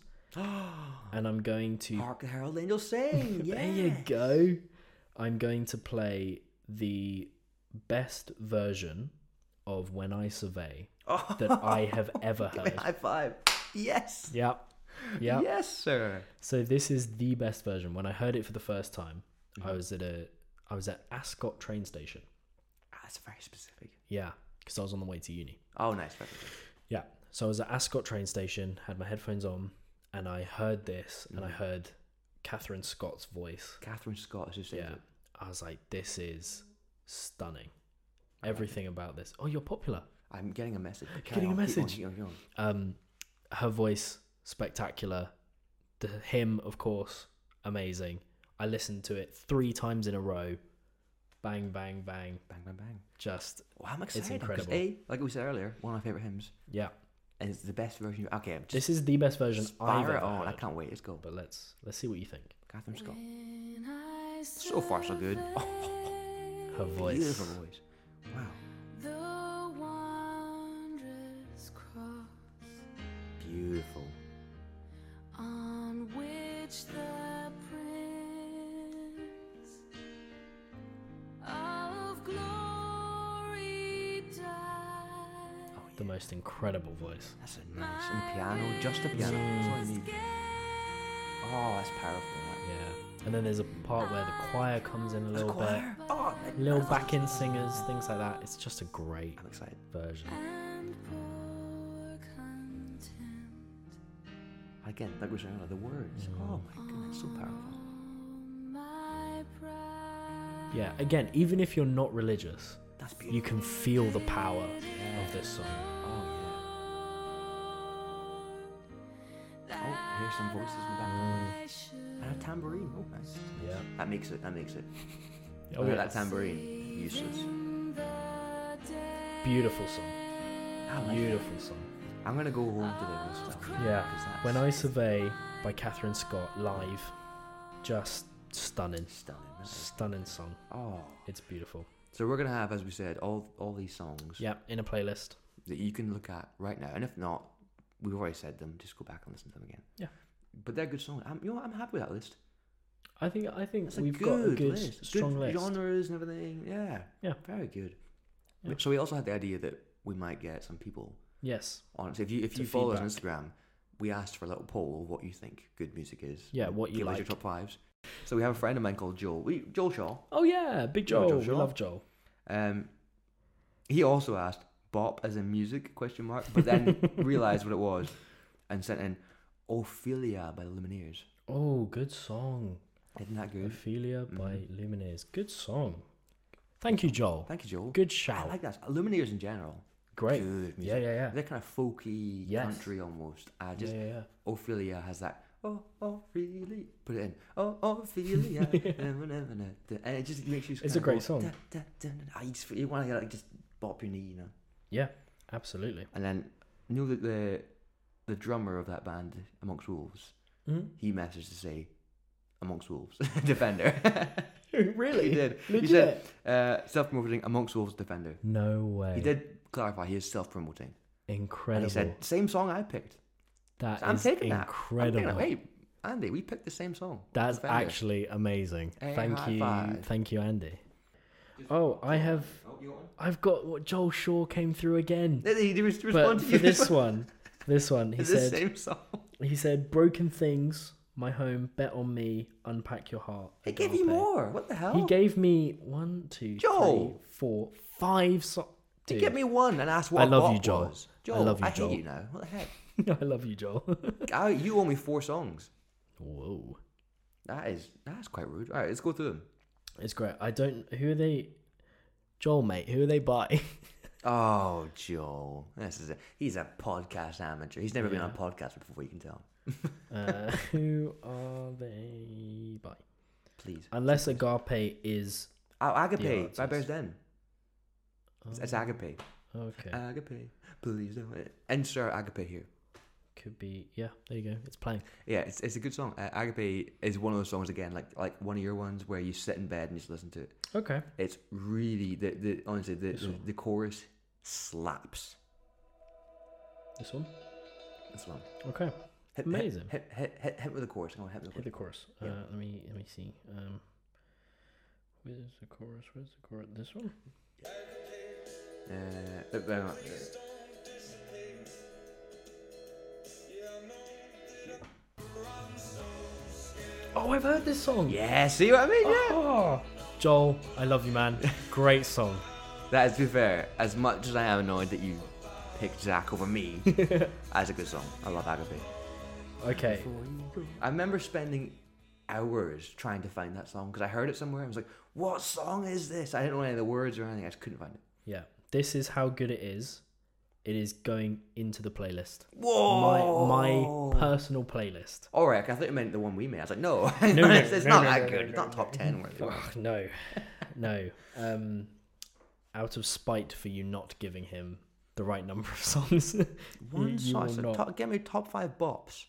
and I'm going to Hark the herald angels sing. Yeah. There you go. I'm going to play the best version of When I Survey that I have ever heard. High five. Yes. Yep. Yep. Yes, sir. So this is the best version. When I heard it for the first time, Mm-hmm. I was at a I was at Ascot train station. That's Ah, very specific. Yeah, because I was on the way to uni. Oh, nice. very good. Yeah. So I was at Ascot train station, had my headphones on, and I heard this, and I Mm. heard Catherine Scott's voice. Catherine Scott is who sings Yeah. it. I was like, this is stunning. Everything about this. Oh, you're popular. I'm getting a message. Getting a Carry on, keep on, message. keep on, keep on. Um, her voice spectacular. The hymn, of course, amazing. I listened to it three times in a row. Bang, bang, bang. Bang, bang, bang. Just Well, I'm excited. 'cause incredible. A, like we said earlier, one of my favorite hymns, yeah. and it's the best version. Okay, I'm just This is the best version I've fire ever it on. I heard. can't wait. Let's go. But let's let's see what you think. Catherine Scott. So far, so good. Oh, Her voice. beautiful voice. Wow. The wondrous cross Beautiful. Oh, Oh, the most incredible voice. That's a nice. And piano, just a piano. That's all I need. Oh, that's powerful. That. Yeah. And then there's a part where the choir comes in a little bit, Choir. Oh, I- little backing singers, things like that. It's just a great I'm excited. version. Again, that goes around the words. Mm. Oh my goodness, so powerful. Yeah. Again, even if you're not religious, That's beautiful. you can feel the power of this song. Oh yeah. Oh, I hear some voices in the background. And a tambourine. Oh, nice. Yeah. That makes it. That makes it. Oh, Without yeah. that tambourine, useless. Beautiful song. I like that. Beautiful song. I'm gonna go home today and stuff. Yeah. that's- When I Survey by Catherine Scott live, just stunning. Stunning. that is. Stunning song. Oh. It's beautiful. So we're gonna have, as we said, all all these songs Yeah, in a playlist. that you can look at right now, and if not, we've already said them. Just go back and listen to them again. Yeah. But they're good songs. I'm, you know, what, I'm happy with that list. I think I think It's we've a good got a good list. strong good list. genres and everything. Yeah. Yeah. Very good. Yeah. So we also had the idea that we might get some people Yes. on. So if you if To you follow us on feedback. Instagram, we asked for a little poll of what you think good music is. Yeah, what you Give us like. your top fives. So we have a friend of mine called Joel. We, Joel Shaw. Oh yeah, Big Yeah, Joel. Joel we Shaw. love Joel. Um, he also asked "bop" as in music question mark, but then realized what it was and sent in "Ophelia" by the Lumineers. Oh, good song. Isn't that good? Ophelia Mm-hmm. by Lumineers. Good song. Thank you, Joel. Thank you, Joel. Good I shout. like that. Lumineers in general. Great. Good music. Yeah, yeah, yeah. They're kind of folky, Yes. country almost. I just yeah, yeah, yeah. Ophelia has that. Oh, oh, really? Put it in. Oh, Ophelia. and it just makes you. It's a kinda great go, song. "Da, da, da, da." I just you want to like just bop your knee, you know. Yeah, absolutely. And then you know that the the drummer of that band, Amongst Wolves, Mhm. he messaged to say, Amongst Wolves, Defender. really? he did. Legit. He said, uh, self-promoting Amongst Wolves, Defender. no way. He did clarify he is self-promoting. And Incredible. he said, same song I picked. That I'm is taking that. I'm incredible. taking that. Wait, Andy, we picked the same song. That's Defender. actually amazing. Hey, thank high you, five. thank you, Andy. Oh, I have, Oh, you got one? I've got what Joel Shaw came through again. Did he re- But respond to for you? this one, this one, he It's the said, same song. he said, "Broken things, my home, bet on me, unpack your heart." He gave you Agape." more. What the hell? He gave me one, two, three, Joel! four, five. So- He Dude, gave me one and asked what I a love bop you, Joel. was. I Joel, love you, I hate Joel. you now. What the heck? I love you, Joel. I, you owe me four songs. Whoa, That is that's quite rude. All right, let's go through them. it's great. I don't. Who are they? Joel, mate. Who are they by? Oh, Joel, this is a he's a podcast amateur. He's never been on a podcast before. You can tell. Uh, who are they by? Please, Unless Agape is oh, Yeah, Agape it's by us. Bears Den. It's, it's Agape. okay, Agape, please don't insert Agape here. could be yeah. There you go. It's playing. Yeah, it's, it's a good song. Uh, Agape is one of those songs again, like like one of your ones where you sit in bed and just listen to it. Okay. It's really the, the honestly the, the, the chorus slaps. This one. This one. Okay. Hit, Amazing. Hit hit, hit, hit, hit with the chorus. Come on, hit with the Hit chorus. the chorus. Uh, Yeah. let me let me see. Um, where's the chorus? Where's the chorus? This one. Uh, uh, uh, Oh, I've heard this song. yeah, see what I mean? Yeah. Oh. Joel, I love you, man. Great song. That is to be fair, as much as I am annoyed that you picked Zach over me, that's a good song. I love Agape. Okay. I remember spending hours trying to find that song because I heard it somewhere. I was like, what song is this? I didn't know any of the words or anything. I just couldn't find it. Yeah. This is how good it is. It is going into the playlist. Whoa! My my personal playlist. All right, I thought you meant the one we made. I was like, no, it's, it's no, not no, that no, good. no, it's no, not top 10 worthy. Ugh, no, no. Um, out of spite for you not giving him the right number of songs, you- One you song. I will said, not- top, get me top five bops.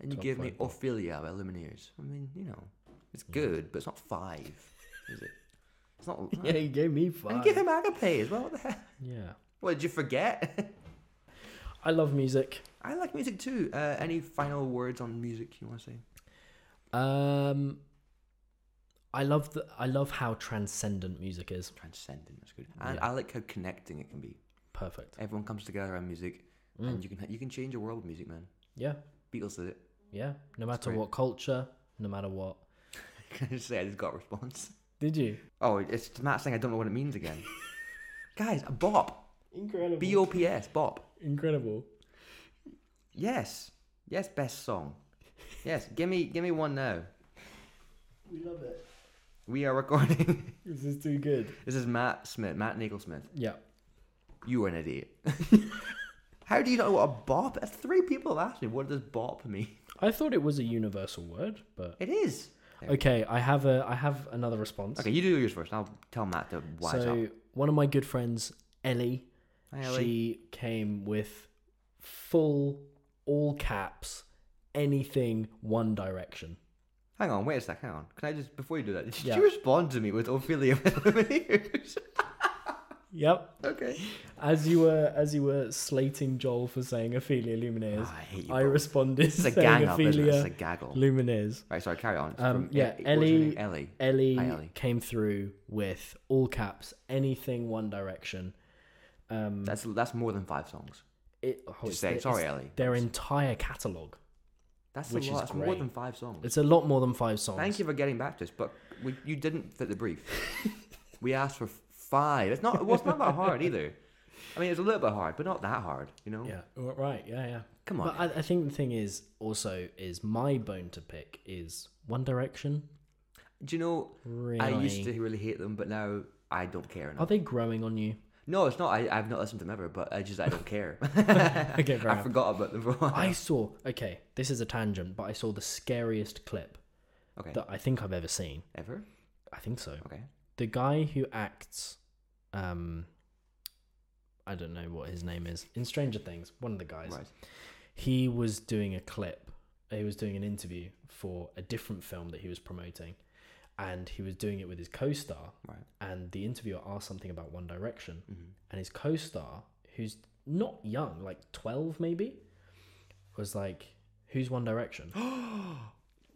And you Top gave me five bop. Ophelia by Lumineers. I mean, you know, it's good, but it's not five, is it? It's not. Yeah, he gave me And five. give him agape as well. What the heck? yeah, What did you forget? I love music. I like music too. Uh, any final words on music you want to say? Um, I love the I love how transcendent music is. Transcendent. That's good. And Yeah. I like how connecting it can be. Perfect. Everyone comes together around music, and you can you can change the world with music, man. Yeah. Beatles did it. Yeah. No matter great. what culture, no matter what. Can I just say I just got a response? Did you? Oh, it's Matt saying I don't know what it means again. Guys, a bop. Incredible. B O P S, bop. Incredible. Yes, yes, best song. Yes, give me give me one now. We love it. We are recording. This is too good. this is Matt Smith, Matt Nagel Smith. Yeah. You are an idiot. How do you know what a bop? Three people have asked me, what does bop mean? I thought it was a universal word, but It is. okay. I have a I have another response. Okay, you do yours first. I'll tell Matt to wise so up. one of my good friends, Ellie, Hi, Ellie. she came with full all caps anything One Direction. Hang on, wait a sec. Hang on. Can I just before you do that? Did Yeah. you respond to me with Ophelia Williams? Yep. okay. As you were as you were slating Joel for saying Ophelia Luminaires, Ah, I hate you I, both. responded This is a saying gang up, isn't it? Ophelia This is a gaggle. Luminaires. Right. Sorry. Carry on. It's Um, from- it- yeah, it- what's her Ellie, name? Ellie. Ellie, Hi, Ellie. came through with all caps, anything One Direction. That's that's more than five songs. It, oh, it's say, their- "Sorry, it's Ellie." Their entire catalogue. That's Which a is lot. That's more great. than five songs. It's a lot more than five songs. Thank you for getting back to us, but we, you didn't fit the brief. we asked for five. It's not. It was not that hard either. I mean, it's a little bit hard, but not that hard. You know. Yeah. Well, Right. Yeah. Yeah. Come on. But I, I think the thing is also is my bone to pick is One Direction. Do you know? I used Really? to really hate them, but now I don't care enough. Are they growing on you? No, it's not. I, I've not listened to them ever, but I just I don't care. Okay. Fair I enough. forgot about them for a while. I saw. Okay. This is a tangent, but I saw the scariest clip okay. that I think I've ever seen. Ever? I think so. Okay. The guy who acts, um, I don't know what his name is in Stranger Things. One of the guys. Right. he was doing a clip. He was doing an interview for a different film that he was promoting, and he was doing it with his co-star. Right. Mm-hmm. And the interviewer asked something about One Direction, and his co-star, who's not young, like twelve maybe, was like, "Who's One Direction?"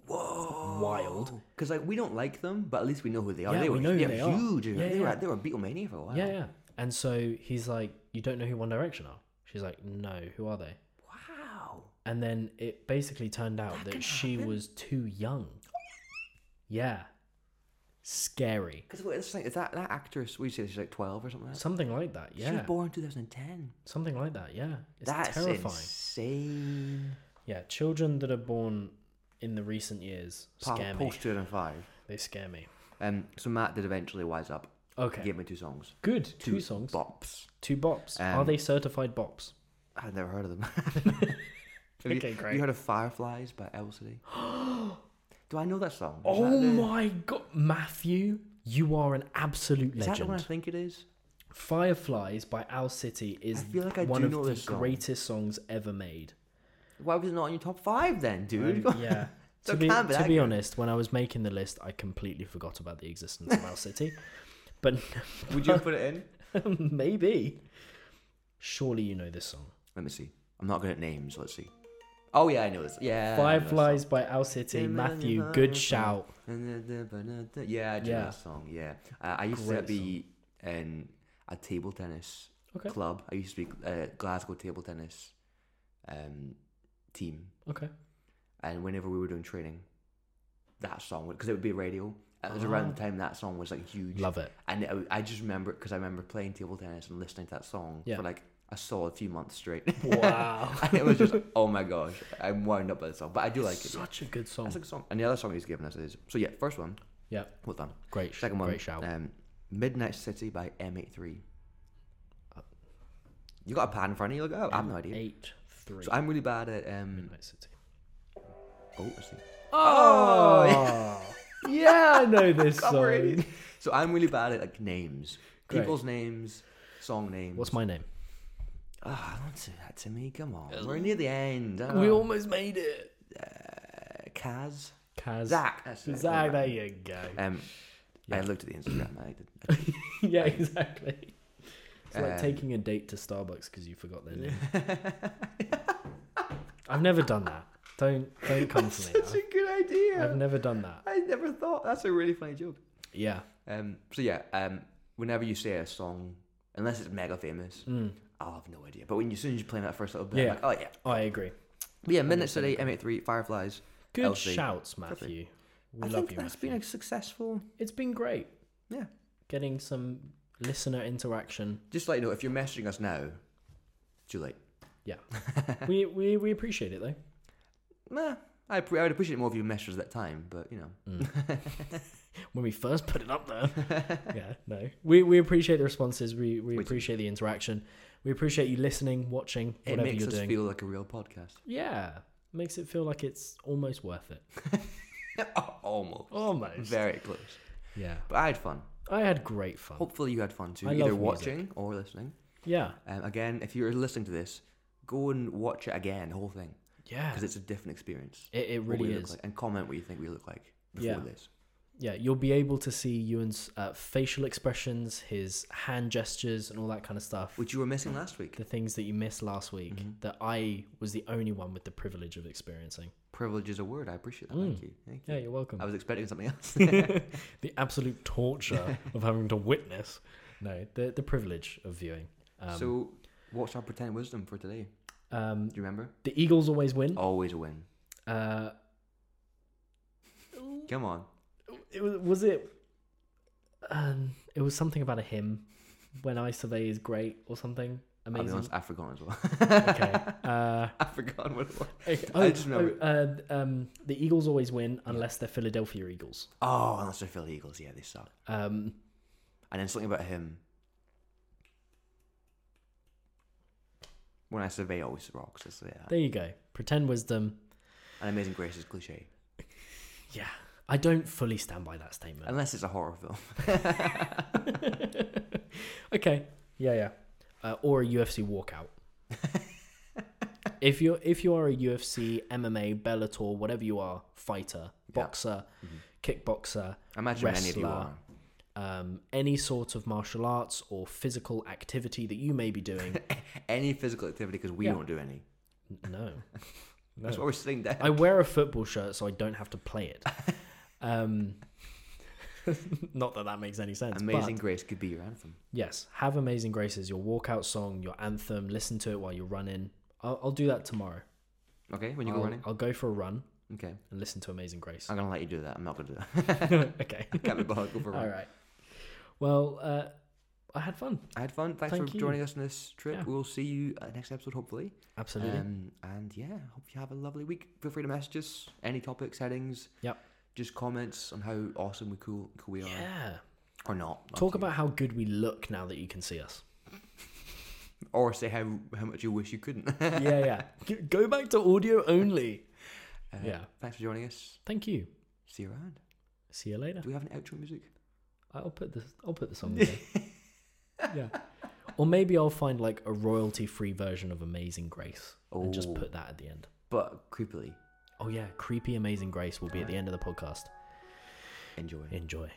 Whoa. Wild. Because Oh, like we don't like them, but at least we know who they are. Yeah, they we were, know who they they were are. huge. Yeah, they, Were, yeah. they were Beatlemania for a while. Yeah, yeah. And so he's like, "You don't know who One Direction are?" She's like, "No, who are they?" Wow. And then it basically turned out that, she was too young. yeah, scary. Because it's like is that that actress. We say she's like twelve or something. Like that? Something like that, yeah. She was born in 2010. Something like that, yeah. It's That's terrifying. insane. Yeah, children that are born in the recent years Pa- scare me. Post 2005. They scare me. Um. So Matt did eventually wise up. Okay. Give me two songs. Good. Two, songs. Bops. Two bops. are Um, they certified bops? I've never heard of them. Have Okay, you, great. You heard of Fireflies by Elsie? Do I know that song? Is Oh that the- my god, Matthew, you are an absolute Is that the one I legend. think it is? Fireflies by Owl City is I feel like I one do of know the this song. greatest songs ever made. Um, Why was it not on your top five then, dude? yeah. So to it be, can't be to that be good. honest, when I was making the list, I completely forgot about the existence of Owl City. But Would you put it in? Maybe. Surely you know this song. Let me see. I'm not good at names. Let's see. Oh yeah, I know this. Yeah. I know this Fireflies by Owl City, song. Matthew, good shout. Yeah, I do Yeah. know that song. Yeah, uh, I used to Great be in a table tennis Okay. club. I used to be uh, Glasgow table tennis um, team, Okay. and whenever we were doing training, that song because it would be radio. It was around the time that song was like huge. Ah. Love it. And it, I just remember because I remember playing table tennis and listening to that song Yeah. for like a solid few months straight. Wow. and it was just oh my gosh, I'm wound up by the song, but I do like it. yeah. Such a good song. That's a good song. And the other song he's given us is so yeah, first one, Yeah. well done. Great sh- Second one, great shout. Um, Midnight City by M83. You got a pad in front of you? Look it up. I have no idea. Eight, three. So I'm really bad at um. Night City. Oh, I see. Oh! Oh! Yeah, I know this song. Sorry. So I'm really bad at like names, Great. people's names, song names. What's my name? Ah, don't say that to me. Come on, we're near the end. Ah. We almost made it. Kaz. Kaz. Zach. That's it. Zach, there you go. Um, I looked at the Instagram. I did. yeah, exactly. It's like Um, taking a date to Starbucks because you forgot their name. I've never done that. Don't don't come for me. That's a good idea. I've never done that. I never thought. That's a really funny joke. Yeah. Um, so yeah, um, whenever you say a song, unless it's mega famous, I'll have no idea. But when you, as soon as you play that first little bit, I'm Hmm. Yeah. like, oh yeah, I agree. but yeah. Midnight City, M83, Fireflies. Good Elsie. shouts, Matthew. We I love think you, that's Matthew. been a successful. It's been great Yeah. getting some listener interaction. Just like you know, if you're messaging us now, too late. Yeah, we, we we appreciate it though. Nah, I, appre- I would appreciate it more if you messaged us at that time, but you know, When we first put it up there, yeah, no, we we appreciate the responses. We we appreciate the interaction. We appreciate you listening, watching, it whatever makes you're us doing. feel like a real podcast. yeah, makes it feel like it's almost worth it. Almost. Almost. Very close. Yeah, But I had fun. I had great fun. Hopefully, you had fun too, I either love music. watching or listening. Yeah, Um, again, if you're listening to this, go and watch it again, the whole thing, yeah, because it's a different experience. it, it what we really look is. like, and comment what you think we look like before Yeah. this. yeah, you'll be able to see Ewan's uh, facial expressions, his hand gestures, and all that kind of stuff. Which Mm-hmm. you were missing last week. the things that you missed last week that I was the only one with the privilege of experiencing. Privilege is a word. I appreciate that. Thank you. Thank you. Mm. Yeah, you're welcome. I was expecting something else. the absolute torture of having to witness. No, the the privilege of viewing. Um, so, what's our pretend wisdom for today? um, Do you remember? the Eagles always win. Always a win. Uh, Come on. it was, was it. Um, it was something about a hymn. When I survey is great or something I'll be amazing. honest, I've forgotten as well. Okay. Uh, I've forgotten what it was. okay. I Oh, just remember- oh, uh, um, the Eagles always win unless they're Philadelphia Eagles. Oh, unless they're Philly Eagles. Yeah, they suck. Um, And then something about him. When I survey, always rocks. Let's say that. there you go. Pretend wisdom. and Amazing Grace is cliche. Yeah, I don't fully stand by that statement. Unless it's a horror film. Okay. Yeah, yeah. Uh, or a UFC walkout. if you're if you are a UFC, MMA, Bellator, whatever you are, fighter, boxer, kickboxer, I Mm-hmm. imagine many of you Wrestler. are. um, any sort of martial arts or physical activity that you may be doing, Any physical activity, because we Yeah. don't do any. no, That's why we're sitting down. I wear a football shirt so I don't have to play it. Um, not that that makes any sense. but- Amazing Grace could be your anthem. Yes, have Amazing Grace as your walkout song, your anthem. Listen to it while you're running. I'll, I'll do that tomorrow. Okay, when you go I'll, running. I'll go for a run Okay, and listen to Amazing Grace. I'm gonna let you do that. I'm not gonna do that. okay. Can't be bothered. Go for a run. All right. Well, uh, I had fun. I had fun. Thanks Thank for you. joining us on this trip. Yeah. We'll see you at the next episode, hopefully. Absolutely. Um, and yeah, hope you have a lovely week. Feel free to message us any topics, headings, yep. just comments on how awesome we cool, cool we are Yeah. or not. Up Talk to you. about how good we look now that you can see us. or say how how much you wish you couldn't. Uh, yeah, yeah. G- Go back to audio only. yeah. Thanks for joining us. Thank you. See you around. See you later. Do we have an outro music? I'll put this. I'll put this on. there. yeah. Or maybe I'll find like a royalty-free version of Amazing Grace and just Oh. put that at the end. But creepily, Oh yeah, creepy Amazing Grace will be at the end of the podcast. enjoy. Enjoy.